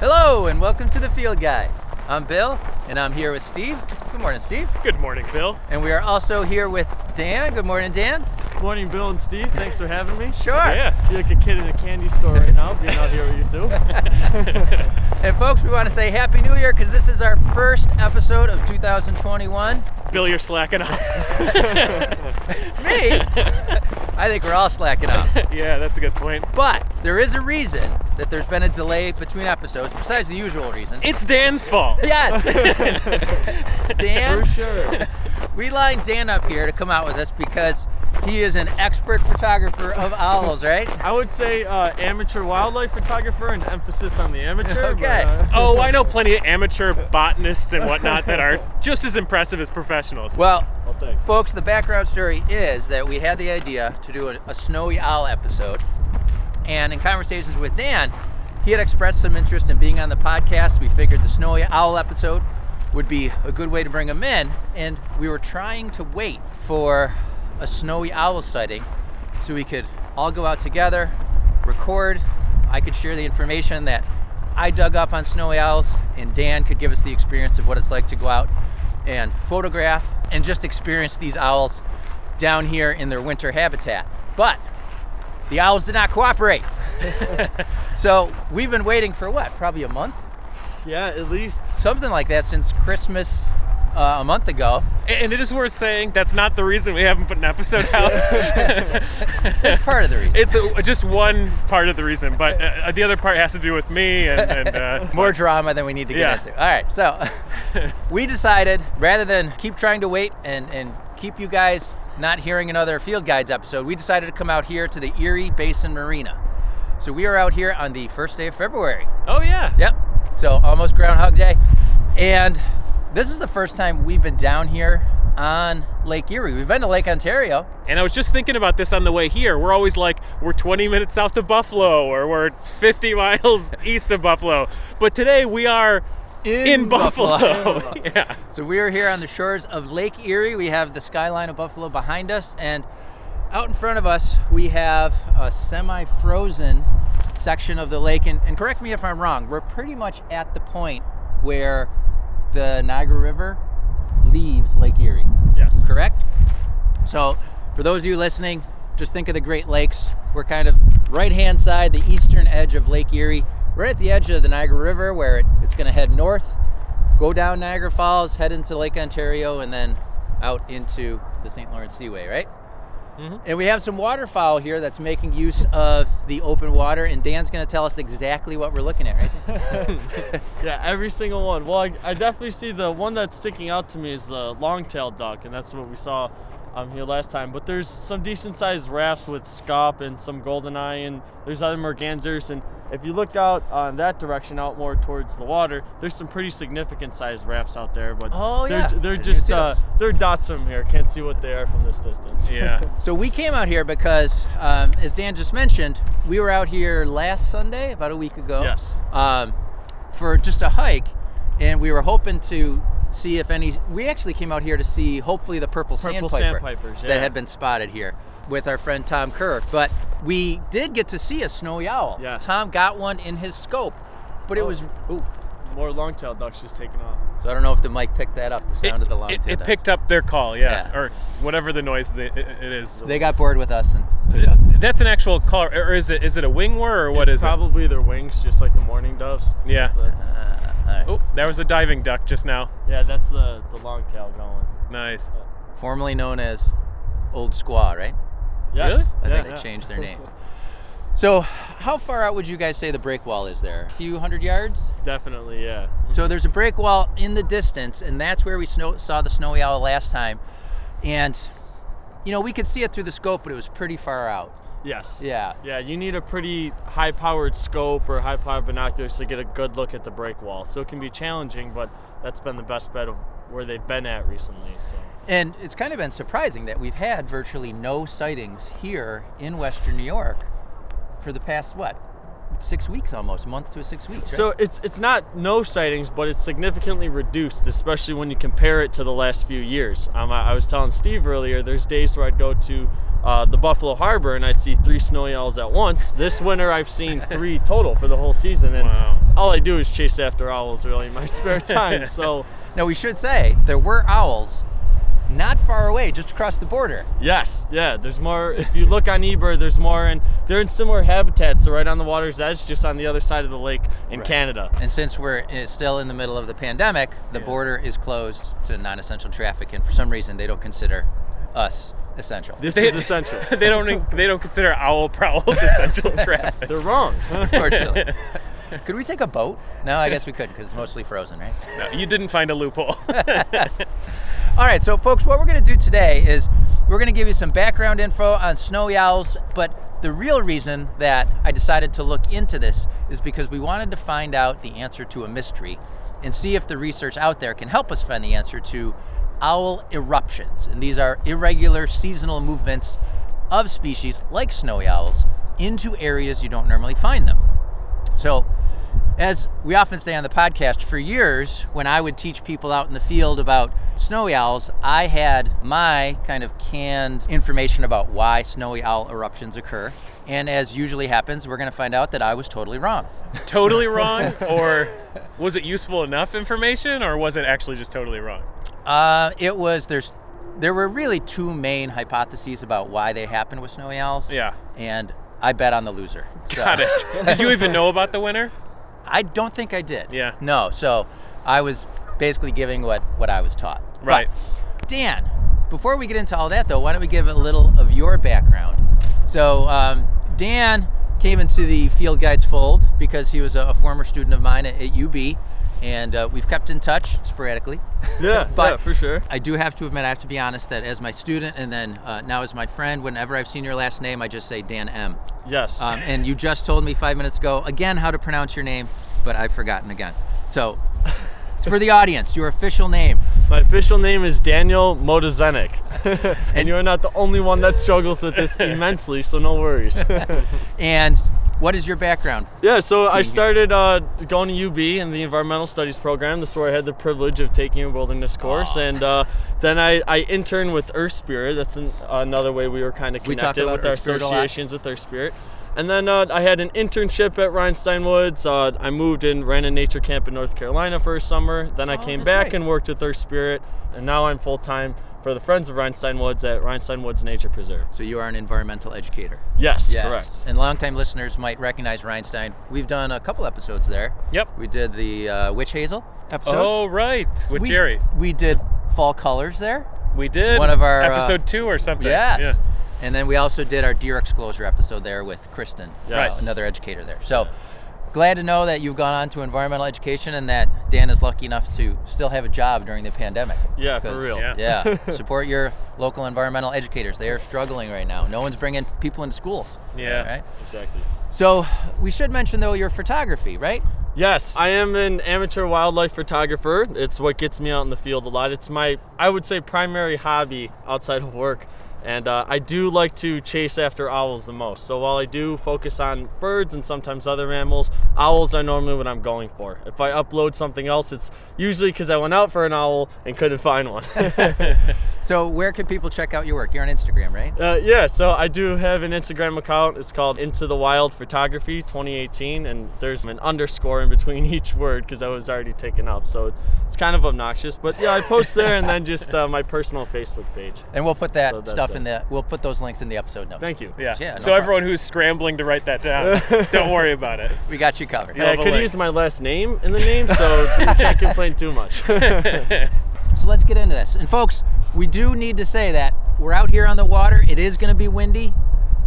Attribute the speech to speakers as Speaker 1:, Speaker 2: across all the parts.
Speaker 1: Hello, and welcome to the Field Guys. I'm Bill, and I'm here with Steve. Good morning, Steve.
Speaker 2: Good morning, Bill.
Speaker 1: And we are also here with Dan. Good morning, Dan.
Speaker 3: Morning, Bill and Steve. Thanks for having me.
Speaker 1: Sure.
Speaker 2: Yeah.
Speaker 3: Be like a kid in a candy store right now, being out here with you two.
Speaker 1: And folks, we want to say Happy New Year because this is our first episode of 2021.
Speaker 2: Bill, you're slacking off.
Speaker 1: Me? I think we're all slacking off.
Speaker 2: yeah, that's a good point.
Speaker 1: But there is a reason that there's been a delay between episodes, besides the usual reason.
Speaker 2: It's Dan's fault.
Speaker 1: Yes! Dan,
Speaker 3: For sure.
Speaker 1: we lined Dan up here to come out with us because he is an expert photographer of owls, right?
Speaker 3: I would say uh, amateur wildlife photographer, and emphasis on the amateur. but,
Speaker 1: Okay.
Speaker 3: uh,
Speaker 2: Oh, I know plenty of amateur botanists and whatnot that are just as impressive as professionals.
Speaker 1: Well,
Speaker 3: well, thanks.
Speaker 1: folks, the background story is that we had the idea to do a, a snowy owl episode. And in conversations with Dan, he had expressed some interest in being on the podcast. We figured the snowy owl episode would be a good way to bring him in. And we were trying to wait for a snowy owl sighting so we could all go out together, record. I could share the information that I dug up on snowy owls, and Dan could give us the experience of what it's like to go out and photograph and just experience these owls down here in their winter habitat. But the owls did not cooperate. so we've been waiting for what? Probably a month?
Speaker 3: Yeah, at least.
Speaker 1: Something like that since Christmas uh, a month ago.
Speaker 2: And it is worth saying that's not the reason we haven't put an episode out.
Speaker 1: That's part of the reason.
Speaker 2: it's a, just one part of the reason, but uh, the other part has to do with me and, and uh,
Speaker 1: More drama than we need to get
Speaker 2: Yeah.
Speaker 1: into. All right, so we decided rather than keep trying to wait and, and keep you guys not hearing another Field Guides episode, we decided to come out here to the Erie Basin Marina. So we are out here on the first day of February.
Speaker 2: Oh yeah.
Speaker 1: Yep. So almost Groundhog Day. And this is the first time we've been down here on Lake Erie. We've been to Lake Ontario.
Speaker 2: And I was just thinking about this on the way here. We're always like, we're 20 minutes south of Buffalo or we're 50 miles east of Buffalo. But today we are in, Buffalo. yeah.
Speaker 1: So we are here on the shores of Lake Erie. We have the skyline of Buffalo behind us, and out in front of us, we have a semi frozen section of the lake. And, and correct me if I'm wrong, we're pretty much at the point where the Niagara River leaves Lake Erie.
Speaker 3: Yes.
Speaker 1: correct? So, for those of you listening, just think of the Great Lakes. We're kind of right hand side, the eastern edge of Lake Erie. We're at the edge of the Niagara River where it, it's going to head north, go down Niagara Falls, head into Lake Ontario, and then out into the St. Lawrence Seaway, right? And we have some waterfowl here that's making use of the open water, and Dan's going to tell us exactly what we're looking at, right? Dan?
Speaker 3: Yeah, every single one. Well, I, I definitely see the one that's sticking out to me is the long-tailed duck, and that's what we saw um, here last time. But there's some decent-sized rafts with scop and some goldeneye, and there's other mergansers. And if you look out on that direction, out more towards the water, there's some pretty significant-sized rafts out there. But
Speaker 1: Oh,
Speaker 3: they're,
Speaker 1: yeah. I
Speaker 3: they're
Speaker 1: didn't
Speaker 3: just
Speaker 1: see
Speaker 3: uh,
Speaker 1: those.
Speaker 3: they're dots from here. Can't see what they are from this distance.
Speaker 2: Yeah.
Speaker 1: So we came out here because, um, as Dan just mentioned, we were out here last Sunday, about a week ago.
Speaker 3: Yes.
Speaker 1: Um, for just a hike, and we were hoping to see if any. We actually came out here to see, hopefully, the purple,
Speaker 3: Purple
Speaker 1: sandpiper
Speaker 3: sandpipers, yeah.
Speaker 1: that had been spotted here with our friend Tom Kerr. But we did get to see a snowy owl.
Speaker 3: Yes.
Speaker 1: Tom got one in his scope, but it
Speaker 3: Oh.
Speaker 1: was. Ooh,
Speaker 3: More long-tailed ducks just taking off.
Speaker 1: so I don't know if the mic picked that up. The sound of the long
Speaker 2: it,
Speaker 1: tail
Speaker 2: it
Speaker 1: does.
Speaker 2: picked up their call, yeah,
Speaker 1: Yeah.
Speaker 2: or whatever the noise the, it, it is.
Speaker 1: They got bored with us and took it up.
Speaker 2: That's an actual call, or is it is it a wingwer or what
Speaker 3: it's
Speaker 2: is
Speaker 3: probably their wings, just like the mourning doves.
Speaker 2: Yeah.
Speaker 3: That's- that's-
Speaker 1: Uh, all right.
Speaker 2: it? Oh, there was a diving duck just now.
Speaker 3: yeah, that's the the long tail going.
Speaker 2: Nice.
Speaker 1: formerly known as Old Squaw, right?
Speaker 3: Yes.
Speaker 2: Really?
Speaker 1: I
Speaker 3: Yeah.
Speaker 1: think they changed their names. So, how far out would you guys say the break wall is there? A few hundred yards?
Speaker 3: Definitely, yeah.
Speaker 1: So, there's a break wall in the distance, and that's where we snow- saw the snowy owl last time. And, you know, we could see it through the scope, but it was pretty far out.
Speaker 3: Yes.
Speaker 1: Yeah.
Speaker 3: Yeah, you need a pretty high powered scope or high powered binoculars to get a good look at the break wall. So it can be challenging, but that's been the best bet of where they've been at recently. So
Speaker 1: And it's kind of been surprising that we've had virtually no sightings here in Western New York for the past, what, six weeks almost, a month to six weeks, right?
Speaker 3: So it's it's not no sightings, but it's significantly reduced, especially when you compare it to the last few years. Um, I, I was telling Steve earlier, there's days where I'd go to uh, the Buffalo Harbor and I'd see three snowy owls at once. This winter, I've seen three total for the whole season, and
Speaker 2: Wow.
Speaker 3: all I do is chase after owls really in my spare time. So
Speaker 1: Now we should say there were owls, not far away, just across the border.
Speaker 3: yes, yeah. There's more. If you look on eBird, there's more, and they're in similar habitats. They're right on the water's edge, just on the other side of the lake in
Speaker 1: Right.
Speaker 3: Canada.
Speaker 1: And since we're uh, still in the middle of the pandemic, the
Speaker 3: Yeah.
Speaker 1: border is closed to non-essential traffic, and for some reason they don't consider us essential.
Speaker 3: This
Speaker 2: They-
Speaker 3: is essential.
Speaker 2: they don't they don't consider owl prowls essential traffic.
Speaker 3: They're wrong.
Speaker 1: Unfortunately, could we take a boat? No, I guess we could because it's mostly frozen, right?
Speaker 2: No, you didn't find a loophole.
Speaker 1: All right, so folks, what we're going to do today is we're going to give you some background info on snowy owls, but the real reason that I decided to look into this is because we wanted to find out the answer to a mystery and see if the research out there can help us find the answer to owl eruptions. And these are irregular seasonal movements of species like snowy owls into areas you don't normally find them. So, as we often say on the podcast, for years, when I would teach people out in the field about snowy owls, I had my kind of canned information about why snowy owl eruptions occur. And as usually happens, we're going to find out that I was totally wrong.
Speaker 2: totally wrong, or was it useful enough information, or was it actually just totally wrong?
Speaker 1: Uh, it was there's there were really two main hypotheses about why they happen with snowy owls.
Speaker 2: Yeah.
Speaker 1: And I bet on the loser. So.
Speaker 2: Got it. Did you even know about the winner?
Speaker 1: I don't think I did.
Speaker 2: Yeah.
Speaker 1: No. So I was basically giving what what I was taught. But,
Speaker 2: Right.
Speaker 1: Dan, before we get into all that though, why don't we give a little of your background? So um, Dan came into the Field Guides fold because he was a, a former student of mine at, at UB, and uh, we've kept in touch sporadically.
Speaker 3: yeah,
Speaker 1: But-
Speaker 3: yeah, for sure.
Speaker 1: I do have to admit, I have to be honest that as my student and then uh, now as my friend, whenever I've seen your last name, I just say Dan M.
Speaker 3: Yes.
Speaker 1: Um, and you just told me five minutes ago again how to pronounce your name, but I've forgotten again. So, it's for the audience, your official name.
Speaker 3: My official name is Daniel Modazenik. and you are not the only one that struggles with this immensely, so no worries.
Speaker 1: And what is your background?
Speaker 3: yeah, so I started uh, going to UB in the environmental studies program. This is where I had the privilege of taking a wilderness course.
Speaker 1: Aw.
Speaker 3: And uh, then I, I interned with Earth Spirit. That's an, another way we were kind of
Speaker 1: We talked
Speaker 3: connected
Speaker 1: about
Speaker 3: with our
Speaker 1: Earth Spirit a lot.
Speaker 3: associations with Earth Spirit. And then uh, I had an internship at Rhinestone Woods. Uh, I moved and ran a nature camp in North Carolina for a summer. Then I
Speaker 1: Oh,
Speaker 3: came
Speaker 1: that's
Speaker 3: back
Speaker 1: right.
Speaker 3: and worked with Earth Spirit. And now I'm full time for the Friends of Rhinestone Woods at Rhinestone Woods Nature Preserve.
Speaker 1: So, you are an environmental educator.
Speaker 3: Yes, correct.
Speaker 1: And longtime listeners might recognize Rhinestein. We've done a couple episodes there.
Speaker 2: Yep.
Speaker 1: We did the uh, Witch Hazel episode.
Speaker 2: oh right, with
Speaker 1: we,
Speaker 2: Jerry,
Speaker 1: We did Fall Colors there.
Speaker 2: we did
Speaker 1: one of our, uh,
Speaker 2: episode two or something.
Speaker 1: Yes.
Speaker 2: Yeah.
Speaker 1: And then we also did our deer exposure episode there with Kristen,
Speaker 3: Yes.
Speaker 1: uh, another educator there. So glad to know that you've gone on to environmental education and that Dan is lucky enough to still have a job during the pandemic.
Speaker 3: Yeah, for
Speaker 1: 'Cause-
Speaker 3: real.
Speaker 2: Yeah.
Speaker 1: Yeah. Support your local environmental educators. They are struggling right now. No one's bringing people into schools.
Speaker 2: Yeah.
Speaker 1: Right?
Speaker 3: Exactly.
Speaker 1: So we should mention, though, your photography, right?
Speaker 3: Yes, I am an amateur wildlife photographer. It's what gets me out in the field a lot. It's my, I would say, primary hobby outside of work. And uh, I do like to chase after owls the most. So while I do focus on birds and sometimes other mammals, owls are normally what I'm going for. If I upload something else, it's usually because I went out for an owl and couldn't find one.
Speaker 1: So where can people check out your work? You're on Instagram, right?
Speaker 3: Uh, yeah, so I do have an Instagram account. It's called Into the Wild Photography 2018, and there's an underscore in between each word because I was already taken up. So it's kind of obnoxious, but yeah, I post there and then just uh, my personal Facebook page.
Speaker 1: And we'll put that
Speaker 3: So that's
Speaker 1: stuff in
Speaker 3: it.
Speaker 1: the, we'll put those links in the episode notes.
Speaker 3: Thank you.
Speaker 2: Yeah.
Speaker 1: Yeah, no
Speaker 2: so
Speaker 1: problem.
Speaker 2: everyone who's scrambling to write that down, don't worry about it.
Speaker 1: We got you covered.
Speaker 3: Yeah, Uh, I
Speaker 2: Love a
Speaker 3: could
Speaker 2: link.
Speaker 3: use my last name in the name, so I can't complain too much.
Speaker 1: So let's get into this. And folks, we do need to say that we're out here on the water. It is going to be windy.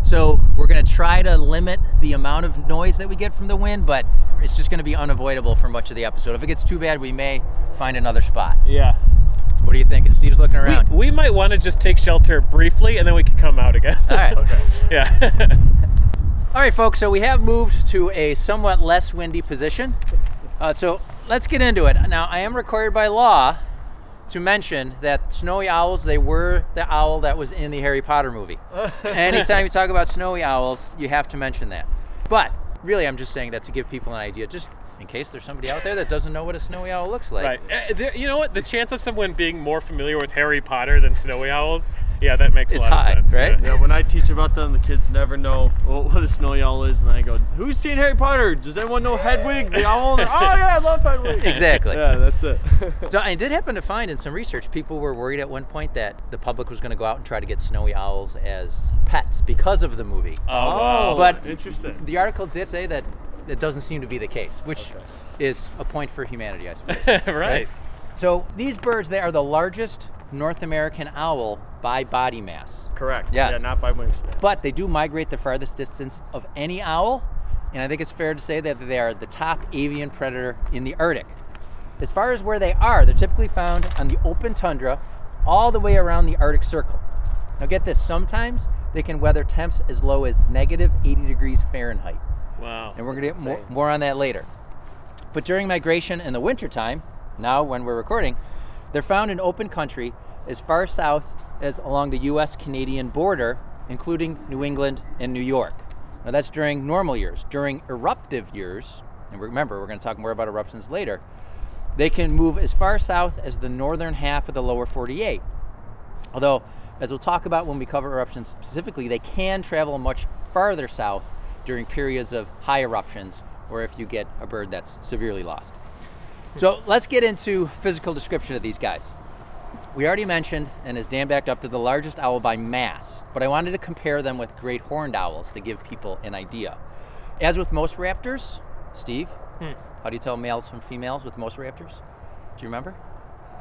Speaker 1: So we're going to try to limit the amount of noise that we get from the wind, but it's just going to be unavoidable for much of the episode. If it gets too bad, we may find another spot.
Speaker 3: yeah.
Speaker 1: What do you think? Steve's looking
Speaker 2: We,
Speaker 1: around.
Speaker 2: we might want to just take shelter briefly, and then we could come out again.
Speaker 1: All right.
Speaker 2: yeah.
Speaker 1: All right, folks. So we have moved to a somewhat less windy position. Uh, so let's get into it. Now, I am required by law to mention that snowy owls, they were the owl that was in the Harry Potter movie. Anytime you talk about snowy owls, you have to mention that. But really, I'm just saying that to give people an idea, just in case there's somebody out there that doesn't know what a snowy owl looks like.
Speaker 2: Eh, Right. Uh, there, you know what? The chance of someone being more familiar with Harry Potter than Snowy Owls Yeah, that makes
Speaker 1: It's
Speaker 2: a lot
Speaker 1: high,
Speaker 2: of sense.
Speaker 1: right?
Speaker 2: Yeah.
Speaker 3: Yeah, when I teach about them, the kids never know what, what a snowy owl is, and I go, "Who's seen Harry Potter? Does anyone know Hedwig the owl?" And they're, oh yeah, I love Hedwig.
Speaker 1: Exactly.
Speaker 3: Yeah, that's it.
Speaker 1: So I did happen to find in some research, people were worried at one point that the public was going to go out and try to get snowy owls as pets because of the movie.
Speaker 2: Oh, wow.
Speaker 1: But-
Speaker 3: interesting.
Speaker 1: The article did say that it doesn't seem to be the case, which is a point for humanity, I suppose.
Speaker 2: right.
Speaker 1: so these birds, they are the largest North American owl by body mass,
Speaker 3: Correct.
Speaker 1: Yes.
Speaker 3: Yeah, not by wingspan.
Speaker 1: but they do migrate the farthest distance of any owl, and I think it's fair to say that they are the top avian predator in the Arctic. As far as where they are, they're typically found on the open tundra all the way around the Arctic Circle. Now, get this sometimes they can weather temps as low as negative 80 degrees Fahrenheit
Speaker 2: Wow.
Speaker 1: and we're going to
Speaker 3: That's
Speaker 1: get more,
Speaker 3: insane.
Speaker 1: more on that later. But during migration in the wintertime, now when we're recording, they're found in open country as far south as along the US Canadian border, including New England and New York. Now, that's during normal years. During eruptive years, and remember, we're going to talk more about eruptions later, they can move as far south as the northern half of the lower 48. Although, as we'll talk about when we cover eruptions specifically, they can travel much farther south during periods of high eruptions or if you get a bird that's severely lost. So let's get into physical description of these guys. We already mentioned, and as Dan backed up, to the largest owl by mass, but I wanted to compare them with great horned owls to give people an idea. As with most raptors, Steve, how do you tell males from females with most raptors? Do you remember?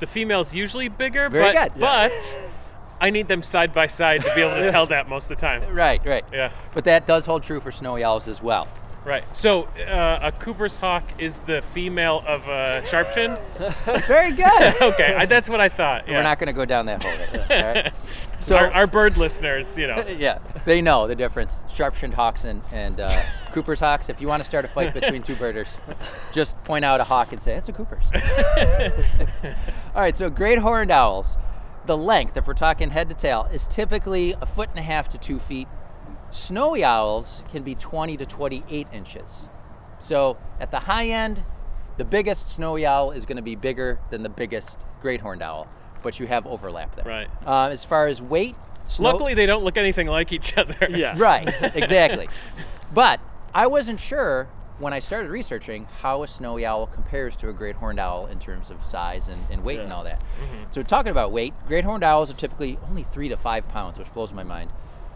Speaker 2: The female's usually bigger,
Speaker 1: Very
Speaker 2: but
Speaker 1: good.
Speaker 2: but I need them side by side to be able to tell that most of the time.
Speaker 1: Right, right.
Speaker 2: Yeah.
Speaker 1: But that does hold true for snowy owls as well.
Speaker 2: Right. So uh, a Cooper's hawk is the female of a sharpshin.
Speaker 1: Very good.
Speaker 2: Okay, I, that's what I thought. Yeah.
Speaker 1: We're not going to go down that hole. all right? So,
Speaker 2: our, our bird listeners, you know.
Speaker 1: yeah, they know the difference. Sharpshin hawks and, and uh, Cooper's hawks. If you want to start a fight between two birders, just point out a hawk and say, that's a Cooper's. all right, so great horned owls. The length, if we're talking head to tail, is typically a foot and a half to two feet. Snowy owls can be 20 to 28 inches. So at the high end, the biggest snowy owl is going to be bigger than the biggest great horned owl, but you have overlap there.
Speaker 2: Right.
Speaker 1: Uh, as far as weight, snow-
Speaker 2: Luckily, they don't look anything like each other.
Speaker 3: Yes.
Speaker 1: Right, exactly. but I wasn't sure when I started researching how a snowy owl compares to a great horned owl in terms of size and, and weight and
Speaker 3: Yeah. Mm-hmm.
Speaker 1: all that. So, talking about weight, great horned owls are typically only three to five pounds, which blows my mind.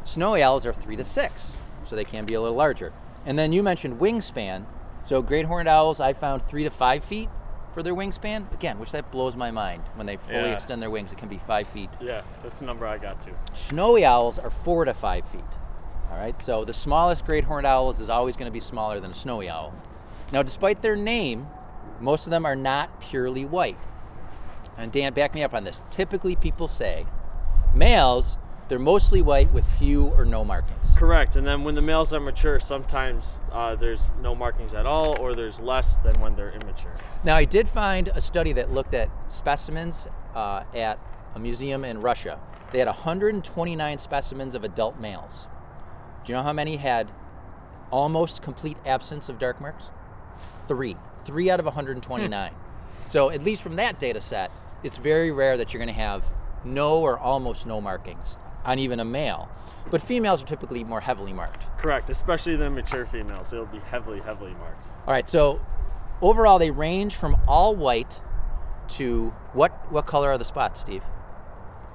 Speaker 1: Snowy owls are three to six, so they can be a little larger. And then you mentioned wingspan. So, great horned owls, I found three to five feet for their wingspan. Again, which that blows my mind. When they fully
Speaker 2: Yeah.
Speaker 1: extend their wings, it can be five feet.
Speaker 3: Yeah, that's the number I got to.
Speaker 1: Snowy owls are four to five feet. All right, so the smallest great horned owl is always going to be smaller than a snowy owl. Now, despite their name, most of them are not purely white. And Dan, back me up on this. Typically, people say males, they're mostly white with few or no markings.
Speaker 3: Correct. And then when the males are mature, sometimes uh, there's no markings at all, or there's less than when they're immature.
Speaker 1: Now, I did find a study that looked at specimens uh, at a museum in Russia. They had 129 specimens of adult males. Do you know how many had almost complete absence of dark marks? Three. Three out of 129. So, at least from that data set, it's very rare that you're going to have no or almost no markings on even a male. But females are typically more heavily marked.
Speaker 3: Correct. Especially the mature females, they'll be heavily, heavily marked.
Speaker 1: All right, so overall they range from all white to what what color are the spots, Steve?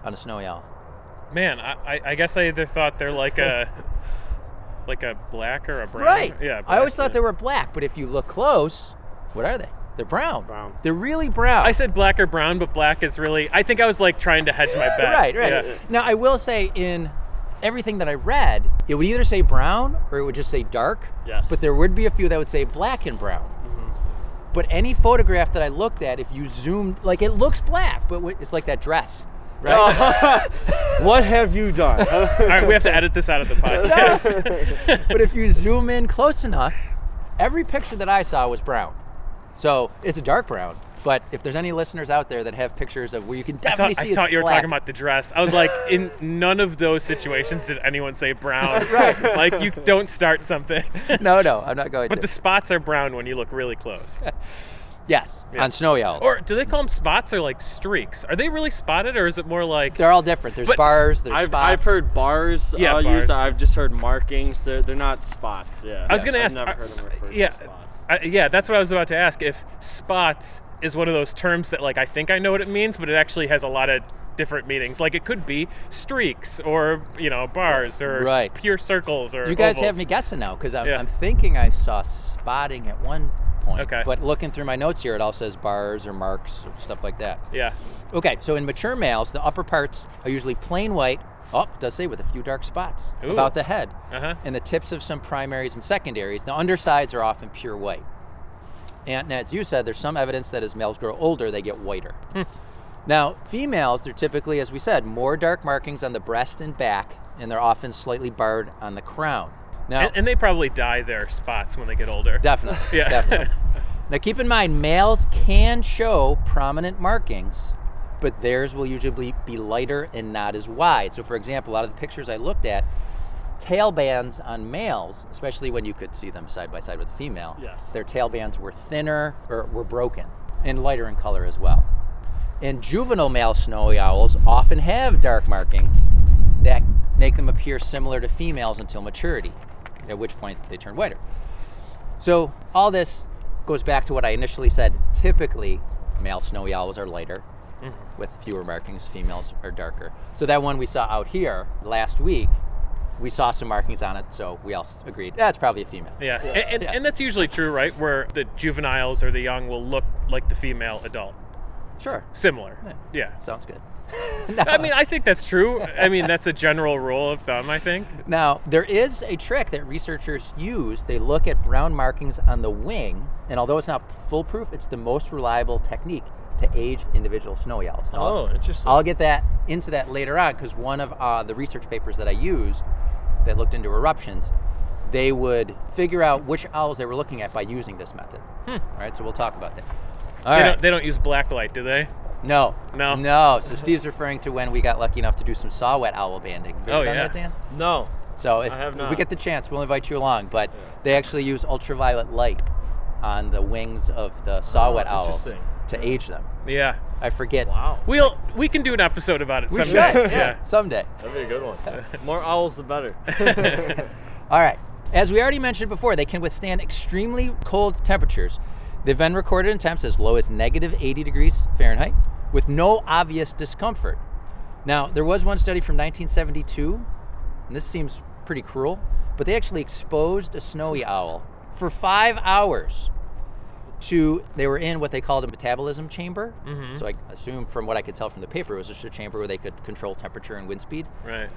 Speaker 1: On a snowy owl.
Speaker 2: Man, I, I- I guess I either thought they're like a like a black or a brown. Yeah.
Speaker 1: I always
Speaker 2: black,
Speaker 1: thought
Speaker 2: yeah.
Speaker 1: they were black, but if you look close, what are they? They're brown.
Speaker 3: Brown.
Speaker 1: They're really brown.
Speaker 2: I said black or brown, but black is really. I think I was like trying to hedge my bet.
Speaker 1: right, right.
Speaker 2: Yeah.
Speaker 1: Now I will say in everything that I read, it would either say brown or it would just say dark.
Speaker 3: Yes.
Speaker 1: But there would be a few that would say black and brown.
Speaker 2: Mm-hmm.
Speaker 1: But any photograph that I looked at, if you zoomed, like it looks black, but it's like that dress, right?
Speaker 2: Oh.
Speaker 3: What have you done?
Speaker 2: All right, we have to edit this out of the podcast.
Speaker 1: but if you zoom in close enough, every picture that I saw was brown. So it's a dark brown. But if there's any listeners out there that have pictures of where you can
Speaker 2: I thought,
Speaker 1: definitely see
Speaker 2: I
Speaker 1: it's
Speaker 2: thought you were
Speaker 1: black-
Speaker 2: talking about the dress. I was like, in none of those situations did anyone say brown.
Speaker 1: Right.
Speaker 2: Like you don't start something.
Speaker 1: No, no, I'm not going
Speaker 2: But
Speaker 1: to.
Speaker 2: the spots are brown when you look really close.
Speaker 1: Yes,
Speaker 2: Yeah.
Speaker 1: on snowy owls.
Speaker 2: Or do they call them spots or like streaks? Are they really spotted or is it more like
Speaker 1: they're all different. There's
Speaker 2: But
Speaker 1: bars. There's
Speaker 3: I've,
Speaker 1: spots.
Speaker 3: I've heard bars
Speaker 2: Yeah,
Speaker 3: uh,
Speaker 2: bars.
Speaker 3: used. I've just heard markings. They're, they're not spots. Yeah.
Speaker 2: I was gonna
Speaker 3: I've
Speaker 2: ask.
Speaker 3: Never
Speaker 2: are-
Speaker 3: heard them referred
Speaker 2: yeah,
Speaker 3: to as spots.
Speaker 2: I, yeah, that's what I was about to ask. If spots is one of those terms that like I think I know what it means, but it actually has a lot of different meanings. Like it could be streaks or you know bars or s-
Speaker 1: Right.
Speaker 2: pure circles or
Speaker 1: You guys have
Speaker 2: ovals.
Speaker 1: me guessing now because I'm,
Speaker 2: Yeah.
Speaker 1: I'm thinking I saw spotting at one point.
Speaker 2: Okay.
Speaker 1: But looking through my notes here, it all says bars or marks or stuff like that.
Speaker 2: Yeah,
Speaker 1: Okay, so in mature males, the upper parts are usually plain white. Oh, it does say with a few dark spots
Speaker 2: Ooh.
Speaker 1: about the head
Speaker 2: uh-huh.
Speaker 1: and the tips of some primaries and secondaries. The undersides are often pure white. And as you said, there's some evidence that as males grow older, they get whiter.
Speaker 2: Hmm.
Speaker 1: Now, females, they're typically, as we said, more dark markings on the breast and back, and they're often slightly barred on the crown. Now,
Speaker 2: And, and they probably dye their spots when they get older.
Speaker 1: Definitely.
Speaker 2: Yeah.
Speaker 1: Definitely. now keep in mind, males can show prominent markings, but theirs will usually be lighter and not as wide. So, for example, a lot of the pictures I looked at, tail bands on males, especially when you could see them side by side with a female,
Speaker 3: Yes.
Speaker 1: their tail bands were thinner or were broken and lighter in color as well. And juvenile male snowy owls often have dark markings that make them appear similar to females until maturity, at which point they turn whiter. So all this goes back to what I initially said. Typically, male snowy owls are lighter with fewer markings. Females are darker. So that one we saw out here last week, we saw some markings on it. So we all s- agreed that's probably a female.
Speaker 2: Yeah, And, and,
Speaker 1: Yeah.
Speaker 2: and that's usually true, right? Where the juveniles or the young will look like the female adult,
Speaker 1: Sure,
Speaker 2: similar.
Speaker 1: Yeah.
Speaker 2: Yeah.
Speaker 1: sounds good. No.
Speaker 2: I mean, I think that's true. I mean, that's a general rule of thumb. I think.
Speaker 1: Now, there is a trick that researchers use. They look at brown markings on the wing, and although it's not foolproof, it's the most reliable technique to age individual snowy owls. Now, I'll-
Speaker 3: Oh, interesting.
Speaker 1: I'll get that into that later on because one of uh, the research papers that I used that looked into eruptions, they would figure out which owls they were looking at by using this method. All right, so we'll talk about that. All
Speaker 2: they,
Speaker 1: right.
Speaker 2: don't, they don't use black light, do they?
Speaker 1: No.
Speaker 2: No.
Speaker 1: No. So Steve's referring to when we got lucky enough to do some saw wet owl banding. Have you
Speaker 2: Oh,
Speaker 1: done
Speaker 2: yeah.
Speaker 1: that, Dan?
Speaker 3: no.
Speaker 1: So if,
Speaker 3: I have
Speaker 1: if we
Speaker 3: not.
Speaker 1: get the chance, we'll invite you along. But they actually use ultraviolet light on the wings of the saw wet
Speaker 3: Oh,
Speaker 1: owls to
Speaker 3: interesting.
Speaker 1: age them.
Speaker 2: Yeah.
Speaker 1: I forget.
Speaker 3: Wow.
Speaker 2: We'll we can do an episode about it
Speaker 1: We should.
Speaker 2: someday.
Speaker 1: yeah. Someday.
Speaker 3: That'd be a good one. More owls, the better.
Speaker 1: All right. As we already mentioned before, they can withstand extremely cold temperatures. They've been recorded in temps as low as negative 80 degrees Fahrenheit with no obvious discomfort. Now, there was one study from 1972, and this seems pretty cruel, but they actually exposed a snowy owl for five hours to, they were in what they called a metabolism chamber. So I assume from what I could tell from the paper, it was just a chamber where they could control temperature and wind speed
Speaker 2: Right.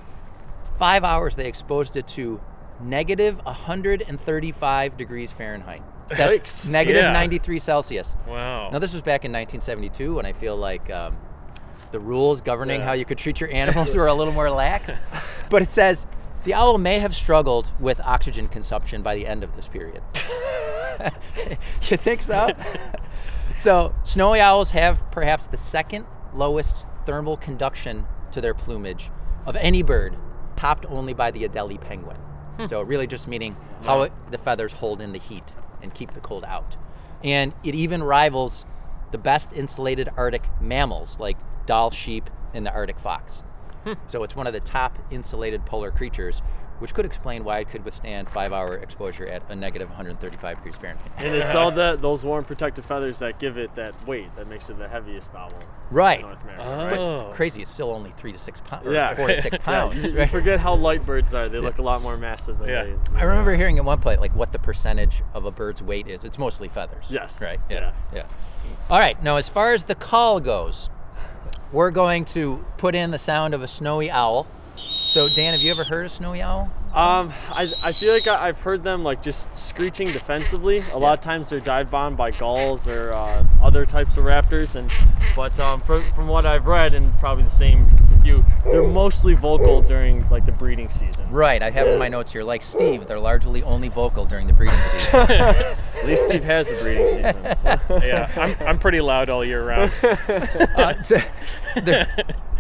Speaker 1: five hours they exposed it to negative 135 degrees Fahrenheit. That's
Speaker 3: Yikes.
Speaker 1: negative
Speaker 2: Yeah.
Speaker 1: 93 Celsius.
Speaker 2: Wow.
Speaker 1: Now this was back in 1972, and I feel like um, the rules governing
Speaker 3: Yeah.
Speaker 1: how you could treat your animals were a little more lax. But it says the owl may have struggled with oxygen consumption by the end of this period. you think so? so snowy owls have perhaps the second lowest thermal conduction to their plumage of any bird, topped only by the Adelie penguin. So really just meaning how it, the feathers hold in the heat and keep the cold out. And it even rivals the best insulated Arctic mammals like Dall sheep and the Arctic fox. So it's one of the top insulated polar creatures, which could explain why it could withstand five-hour exposure at a negative 135 degrees Fahrenheit.
Speaker 3: and it's all that those warm protective feathers that give it that weight that makes it the heaviest owl.
Speaker 1: Right.
Speaker 3: In North America.
Speaker 1: But
Speaker 3: right?
Speaker 2: Oh.
Speaker 1: crazy, it's still only three to six pounds, or
Speaker 3: Yeah.
Speaker 1: four to six
Speaker 3: Yeah,
Speaker 1: pounds.
Speaker 3: you, you
Speaker 1: right?
Speaker 3: forget how light birds are. They look a lot more massive than
Speaker 2: Yeah.
Speaker 3: they.
Speaker 1: I remember hearing at one point like what the percentage of a bird's weight is. It's mostly feathers.
Speaker 3: Yes.
Speaker 1: Right. Yeah. Yeah. All right. Now, as far as the call goes, we're going to put in the sound of a snowy owl. So, Dan, have you ever heard a snowy owl?
Speaker 3: Um, I, I feel like I, I've heard them like just screeching defensively. A lot of times they're dive bombed by gulls or uh, other types of raptors. And but um, from, from what I've read, and probably the same with you, they're mostly vocal during like the breeding season.
Speaker 1: Right. I have in my notes here, like Steve, they're largely only vocal during the breeding season.
Speaker 3: At least Steve has a breeding season.
Speaker 2: yeah. I'm, I'm pretty loud all year round.
Speaker 1: Uh, t- there,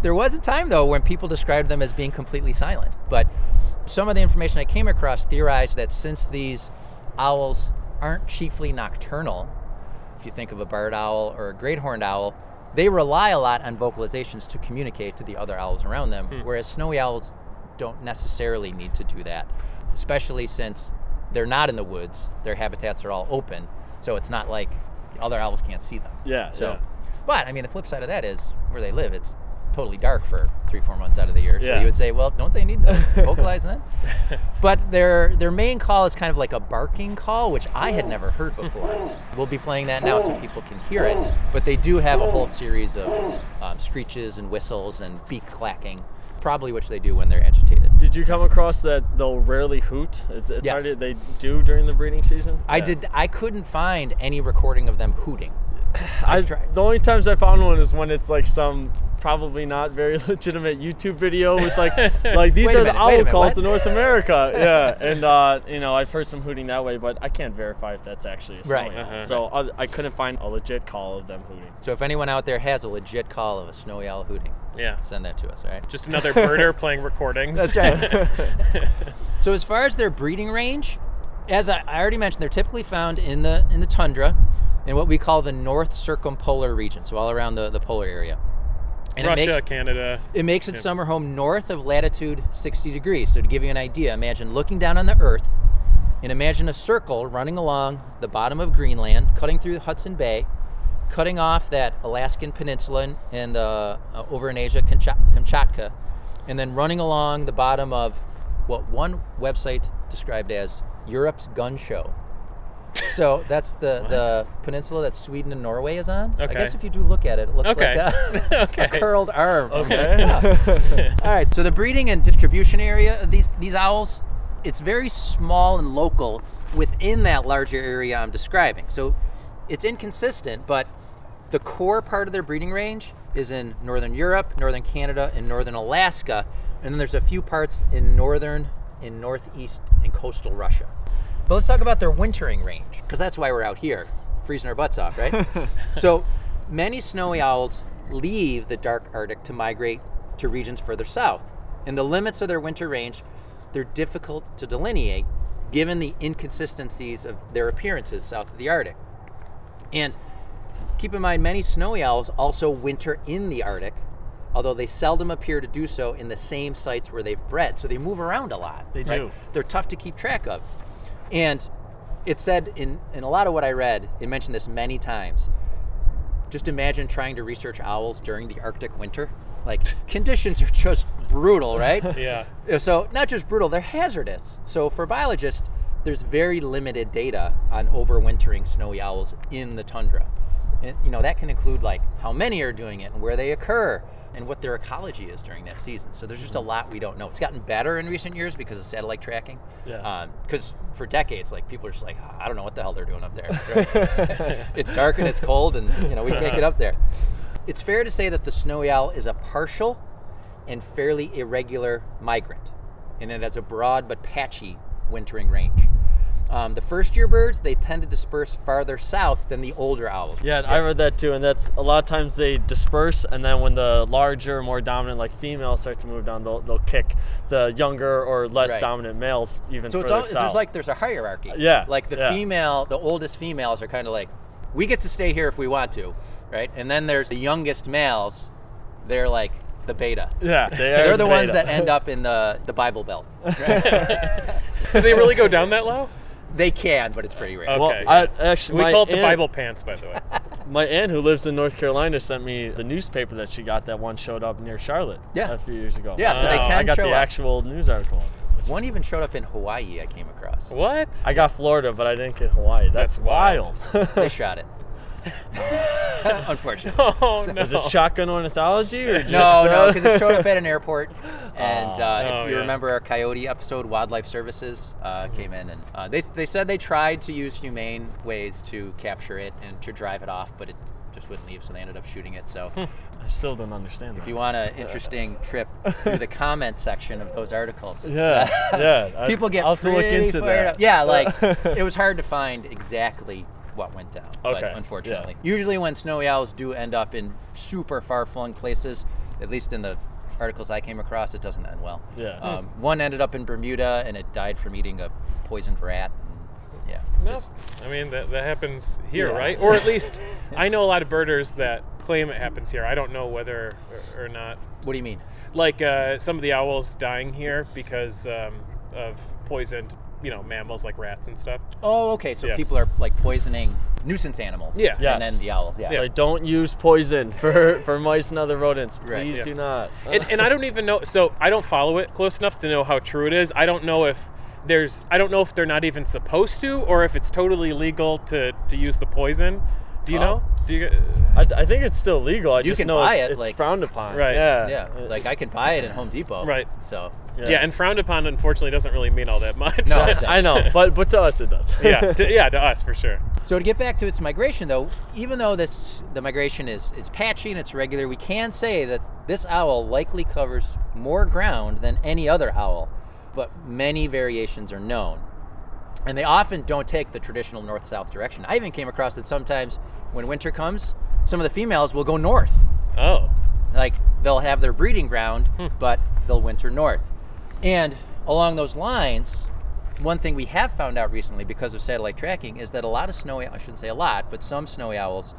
Speaker 1: there was a time though when people described them as being completely silent, but some of the information I came across theorized that since these owls aren't chiefly nocturnal, if you think of a barred owl or a great horned owl, they rely a lot on vocalizations to communicate to the other owls around them, whereas snowy owls don't necessarily need to do that, especially since they're not in the woods. Their habitats are all open, so it's not like the other owls can't see them.
Speaker 3: Yeah.
Speaker 1: So,
Speaker 3: yeah.
Speaker 1: but I mean, the flip side of that is where they live, it's totally dark for three, four months out of the year. So
Speaker 3: Yeah.
Speaker 1: you would say, well, don't they need to vocalize then? But their their main call is kind of like a barking call, which I had never heard before. We'll be playing that now so people can hear it. But they do have a whole series of um, screeches and whistles and beak clacking, probably which they do when they're agitated.
Speaker 3: Did you come across that they'll rarely hoot? It's, it's
Speaker 1: Yes.
Speaker 3: hard to, they do during the breeding season.
Speaker 1: I
Speaker 3: Yeah.
Speaker 1: did. I couldn't find any recording of them hooting.
Speaker 3: I
Speaker 1: tried.
Speaker 3: the only times I found one is when it's like some probably not very legitimate YouTube video with like like these
Speaker 1: Wait a
Speaker 3: are the
Speaker 1: minute,
Speaker 3: owl
Speaker 1: wait a minute,
Speaker 3: calls
Speaker 1: what?
Speaker 3: in North America. Yeah, and uh, you know I've heard some hooting that way, but I can't verify if that's actually a snowy
Speaker 1: Right.
Speaker 3: owl.
Speaker 2: Uh-huh.
Speaker 3: So uh, I, I couldn't find a legit call of them hooting.
Speaker 1: So if anyone out there has a legit call of a snowy owl hooting,
Speaker 2: Yeah.
Speaker 1: send that to us. All right.
Speaker 2: Just another birder playing recordings.
Speaker 1: That's right. so as far as their breeding range, as I, I already mentioned, they're typically found in the in the tundra, in what we call the North Circumpolar region, so all around the, the polar area. And
Speaker 2: Russia,
Speaker 1: it makes
Speaker 2: Canada.
Speaker 1: it makes its
Speaker 2: yeah.
Speaker 1: summer home north of latitude 60 degrees. So to give you an idea, imagine looking down on the Earth, and imagine a circle running along the bottom of Greenland, cutting through Hudson Bay, cutting off that Alaskan Peninsula and, and uh, uh, over in Asia, Kamcha- Kamchatka, and then running along the bottom of what one website described as Europe's gun show. So that's the, the peninsula that Sweden and Norway is on. I
Speaker 2: Okay.
Speaker 1: guess if you do look at it, it looks
Speaker 2: Okay.
Speaker 1: like a,
Speaker 2: Okay.
Speaker 1: a curled arm.
Speaker 3: Okay.
Speaker 1: All right. So the breeding and distribution area of these these owls, it's very small and local within that larger area I'm describing. So it's inconsistent, but the core part of their breeding range is in northern Europe, northern Canada, and northern Alaska, and then there's a few parts in northern and northeast and coastal Russia. But let's talk about their wintering range, because that's why we're out here, freezing our butts off, right? so many snowy owls leave the dark Arctic to migrate to regions further south. And the limits of their winter range, they're difficult to delineate given the inconsistencies of their appearances south of the Arctic. And keep in mind, many snowy owls also winter in the Arctic, although they seldom appear to do so in the same sites where they've bred. So they move around a lot.
Speaker 3: They do.
Speaker 1: They're tough to keep track of. And it said in, in a lot of what I read, it mentioned this many times. Just imagine trying to research owls during the Arctic winter. Like, conditions are just brutal, right?
Speaker 2: Yeah.
Speaker 1: So not just brutal, they're hazardous. So for biologists, there's very limited data on overwintering snowy owls in the tundra. And, you know, that can include like how many are doing it and where they occur and what their ecology is during that season. So there's just a lot we don't know. It's gotten better in recent years because of satellite tracking.
Speaker 2: Yeah.
Speaker 1: Because for decades, like people are just like, I don't know what the hell they're doing up there. it's dark and it's cold, and you know we can't get up there. It's fair to say that the snowy owl is a partial and fairly irregular migrant, and it has a broad but patchy wintering range. Um, the first year birds, they tend to disperse farther south than the older owls.
Speaker 3: Yeah, and I read that too, and that's a lot of times they disperse, and then when the larger, more dominant, like females, start to move down, they'll, they'll kick the younger or less
Speaker 1: Right.
Speaker 3: dominant males even
Speaker 1: So it's
Speaker 3: further
Speaker 1: all,
Speaker 3: south.
Speaker 1: there's like there's a hierarchy.
Speaker 3: Yeah,
Speaker 1: Like the
Speaker 3: yeah.
Speaker 1: female, the oldest females are kind of like, we get to stay here if we want to, right? And then there's the youngest males. They're like the beta.
Speaker 3: yeah, they are
Speaker 1: They're the ones
Speaker 3: beta.
Speaker 1: that end up in the the Bible Belt.
Speaker 2: Do they really go down that low?
Speaker 1: They can, but it's pretty rare.
Speaker 2: Okay.
Speaker 3: Well, I actually
Speaker 2: We
Speaker 3: my
Speaker 2: call it the
Speaker 3: aunt-
Speaker 2: Bible pants, by the way.
Speaker 3: My aunt who lives in North Carolina sent me the newspaper that she got that one showed up near Charlotte
Speaker 1: Yeah.
Speaker 3: a few years ago.
Speaker 1: Yeah, so
Speaker 2: they
Speaker 3: Uh, I
Speaker 1: can
Speaker 3: got
Speaker 1: show
Speaker 3: the
Speaker 1: up.
Speaker 3: actual news article. on it, which is-
Speaker 1: One even showed up in Hawaii. I came across.
Speaker 2: What?
Speaker 3: I got Florida, but I didn't get Hawaii. That's,
Speaker 2: That's
Speaker 3: wild.
Speaker 2: wild.
Speaker 1: They shot it. Unfortunately.
Speaker 2: Oh no.
Speaker 3: Was it shotgun ornithology or just,
Speaker 1: No, no,
Speaker 3: uh,
Speaker 1: because it showed up at an airport. And uh, if
Speaker 2: Oh,
Speaker 1: you
Speaker 2: yeah. Mm-hmm.
Speaker 1: remember our coyote episode, Wildlife Services uh, came in and uh, they, they said they tried to use humane ways to capture it and to drive it off, but it just wouldn't leave, so they ended up shooting it. So
Speaker 3: I still don't understand that.
Speaker 1: if you want an interesting trip through the comment section of those articles, it's,
Speaker 3: yeah,
Speaker 1: uh,
Speaker 3: yeah. I-
Speaker 1: people get
Speaker 3: I'll have to look
Speaker 1: pretty
Speaker 3: into
Speaker 1: fired
Speaker 3: that.
Speaker 1: up. Yeah, like it was hard to find exactly what went down.
Speaker 3: Okay,
Speaker 1: But
Speaker 3: yeah.
Speaker 1: unfortunately, usually when snowy owls do end up in super far-flung places, at least in the articles I came across, it doesn't end well.
Speaker 3: Yeah.
Speaker 1: Um, One ended up in Bermuda and it died from eating a poisoned rat. Yeah.
Speaker 2: No.
Speaker 1: Just,
Speaker 2: I mean, that, that happens here,
Speaker 3: Yeah.
Speaker 2: right? Or at least I know a lot of birders that claim it happens here. I don't know whether or, or not.
Speaker 1: what do you mean?
Speaker 2: Like uh, some of the owls dying here because um, of poisoned, you know, mammals like rats and stuff.
Speaker 1: Oh, okay. So
Speaker 2: Yeah.
Speaker 1: people are like poisoning nuisance animals.
Speaker 2: Yeah.
Speaker 1: And
Speaker 3: Yes.
Speaker 1: then the owl. Yeah.
Speaker 3: So don't use poison for, for mice and other rodents. Please
Speaker 1: Right,
Speaker 2: yeah.
Speaker 3: do not.
Speaker 2: and, and I don't even know. So I don't follow it close enough to know how true it is. I don't know if there's. I don't know if they're not even supposed to, or if it's totally legal to to use the poison. Do you
Speaker 1: Oh.
Speaker 2: know? Do you?
Speaker 3: I, I think it's still legal. I
Speaker 1: You
Speaker 3: just
Speaker 1: can
Speaker 3: know
Speaker 1: buy
Speaker 3: it's,
Speaker 1: it,
Speaker 3: it's
Speaker 1: like-
Speaker 3: frowned upon.
Speaker 2: Right.
Speaker 3: Yeah.
Speaker 1: Yeah. Like I can buy it at Home Depot.
Speaker 2: Right.
Speaker 1: So.
Speaker 2: Yeah. and frowned upon unfortunately doesn't really mean all that much.
Speaker 1: No.
Speaker 3: I- I know, but but to us it does.
Speaker 2: yeah, to, yeah, to us for sure.
Speaker 1: So to get back to its migration, though, even though this the migration is is patchy and it's regular, we can say that this owl likely covers more ground than any other owl, but many variations are known, and they often don't take the traditional north-south direction. I even came across that sometimes when winter comes, some of the females will go north,
Speaker 2: Oh,
Speaker 1: like they'll have their breeding ground, but they'll winter north, and along those lines, one thing we have found out recently because of satellite tracking is that a lot of snowy I shouldn't say a lot, but some snowy owls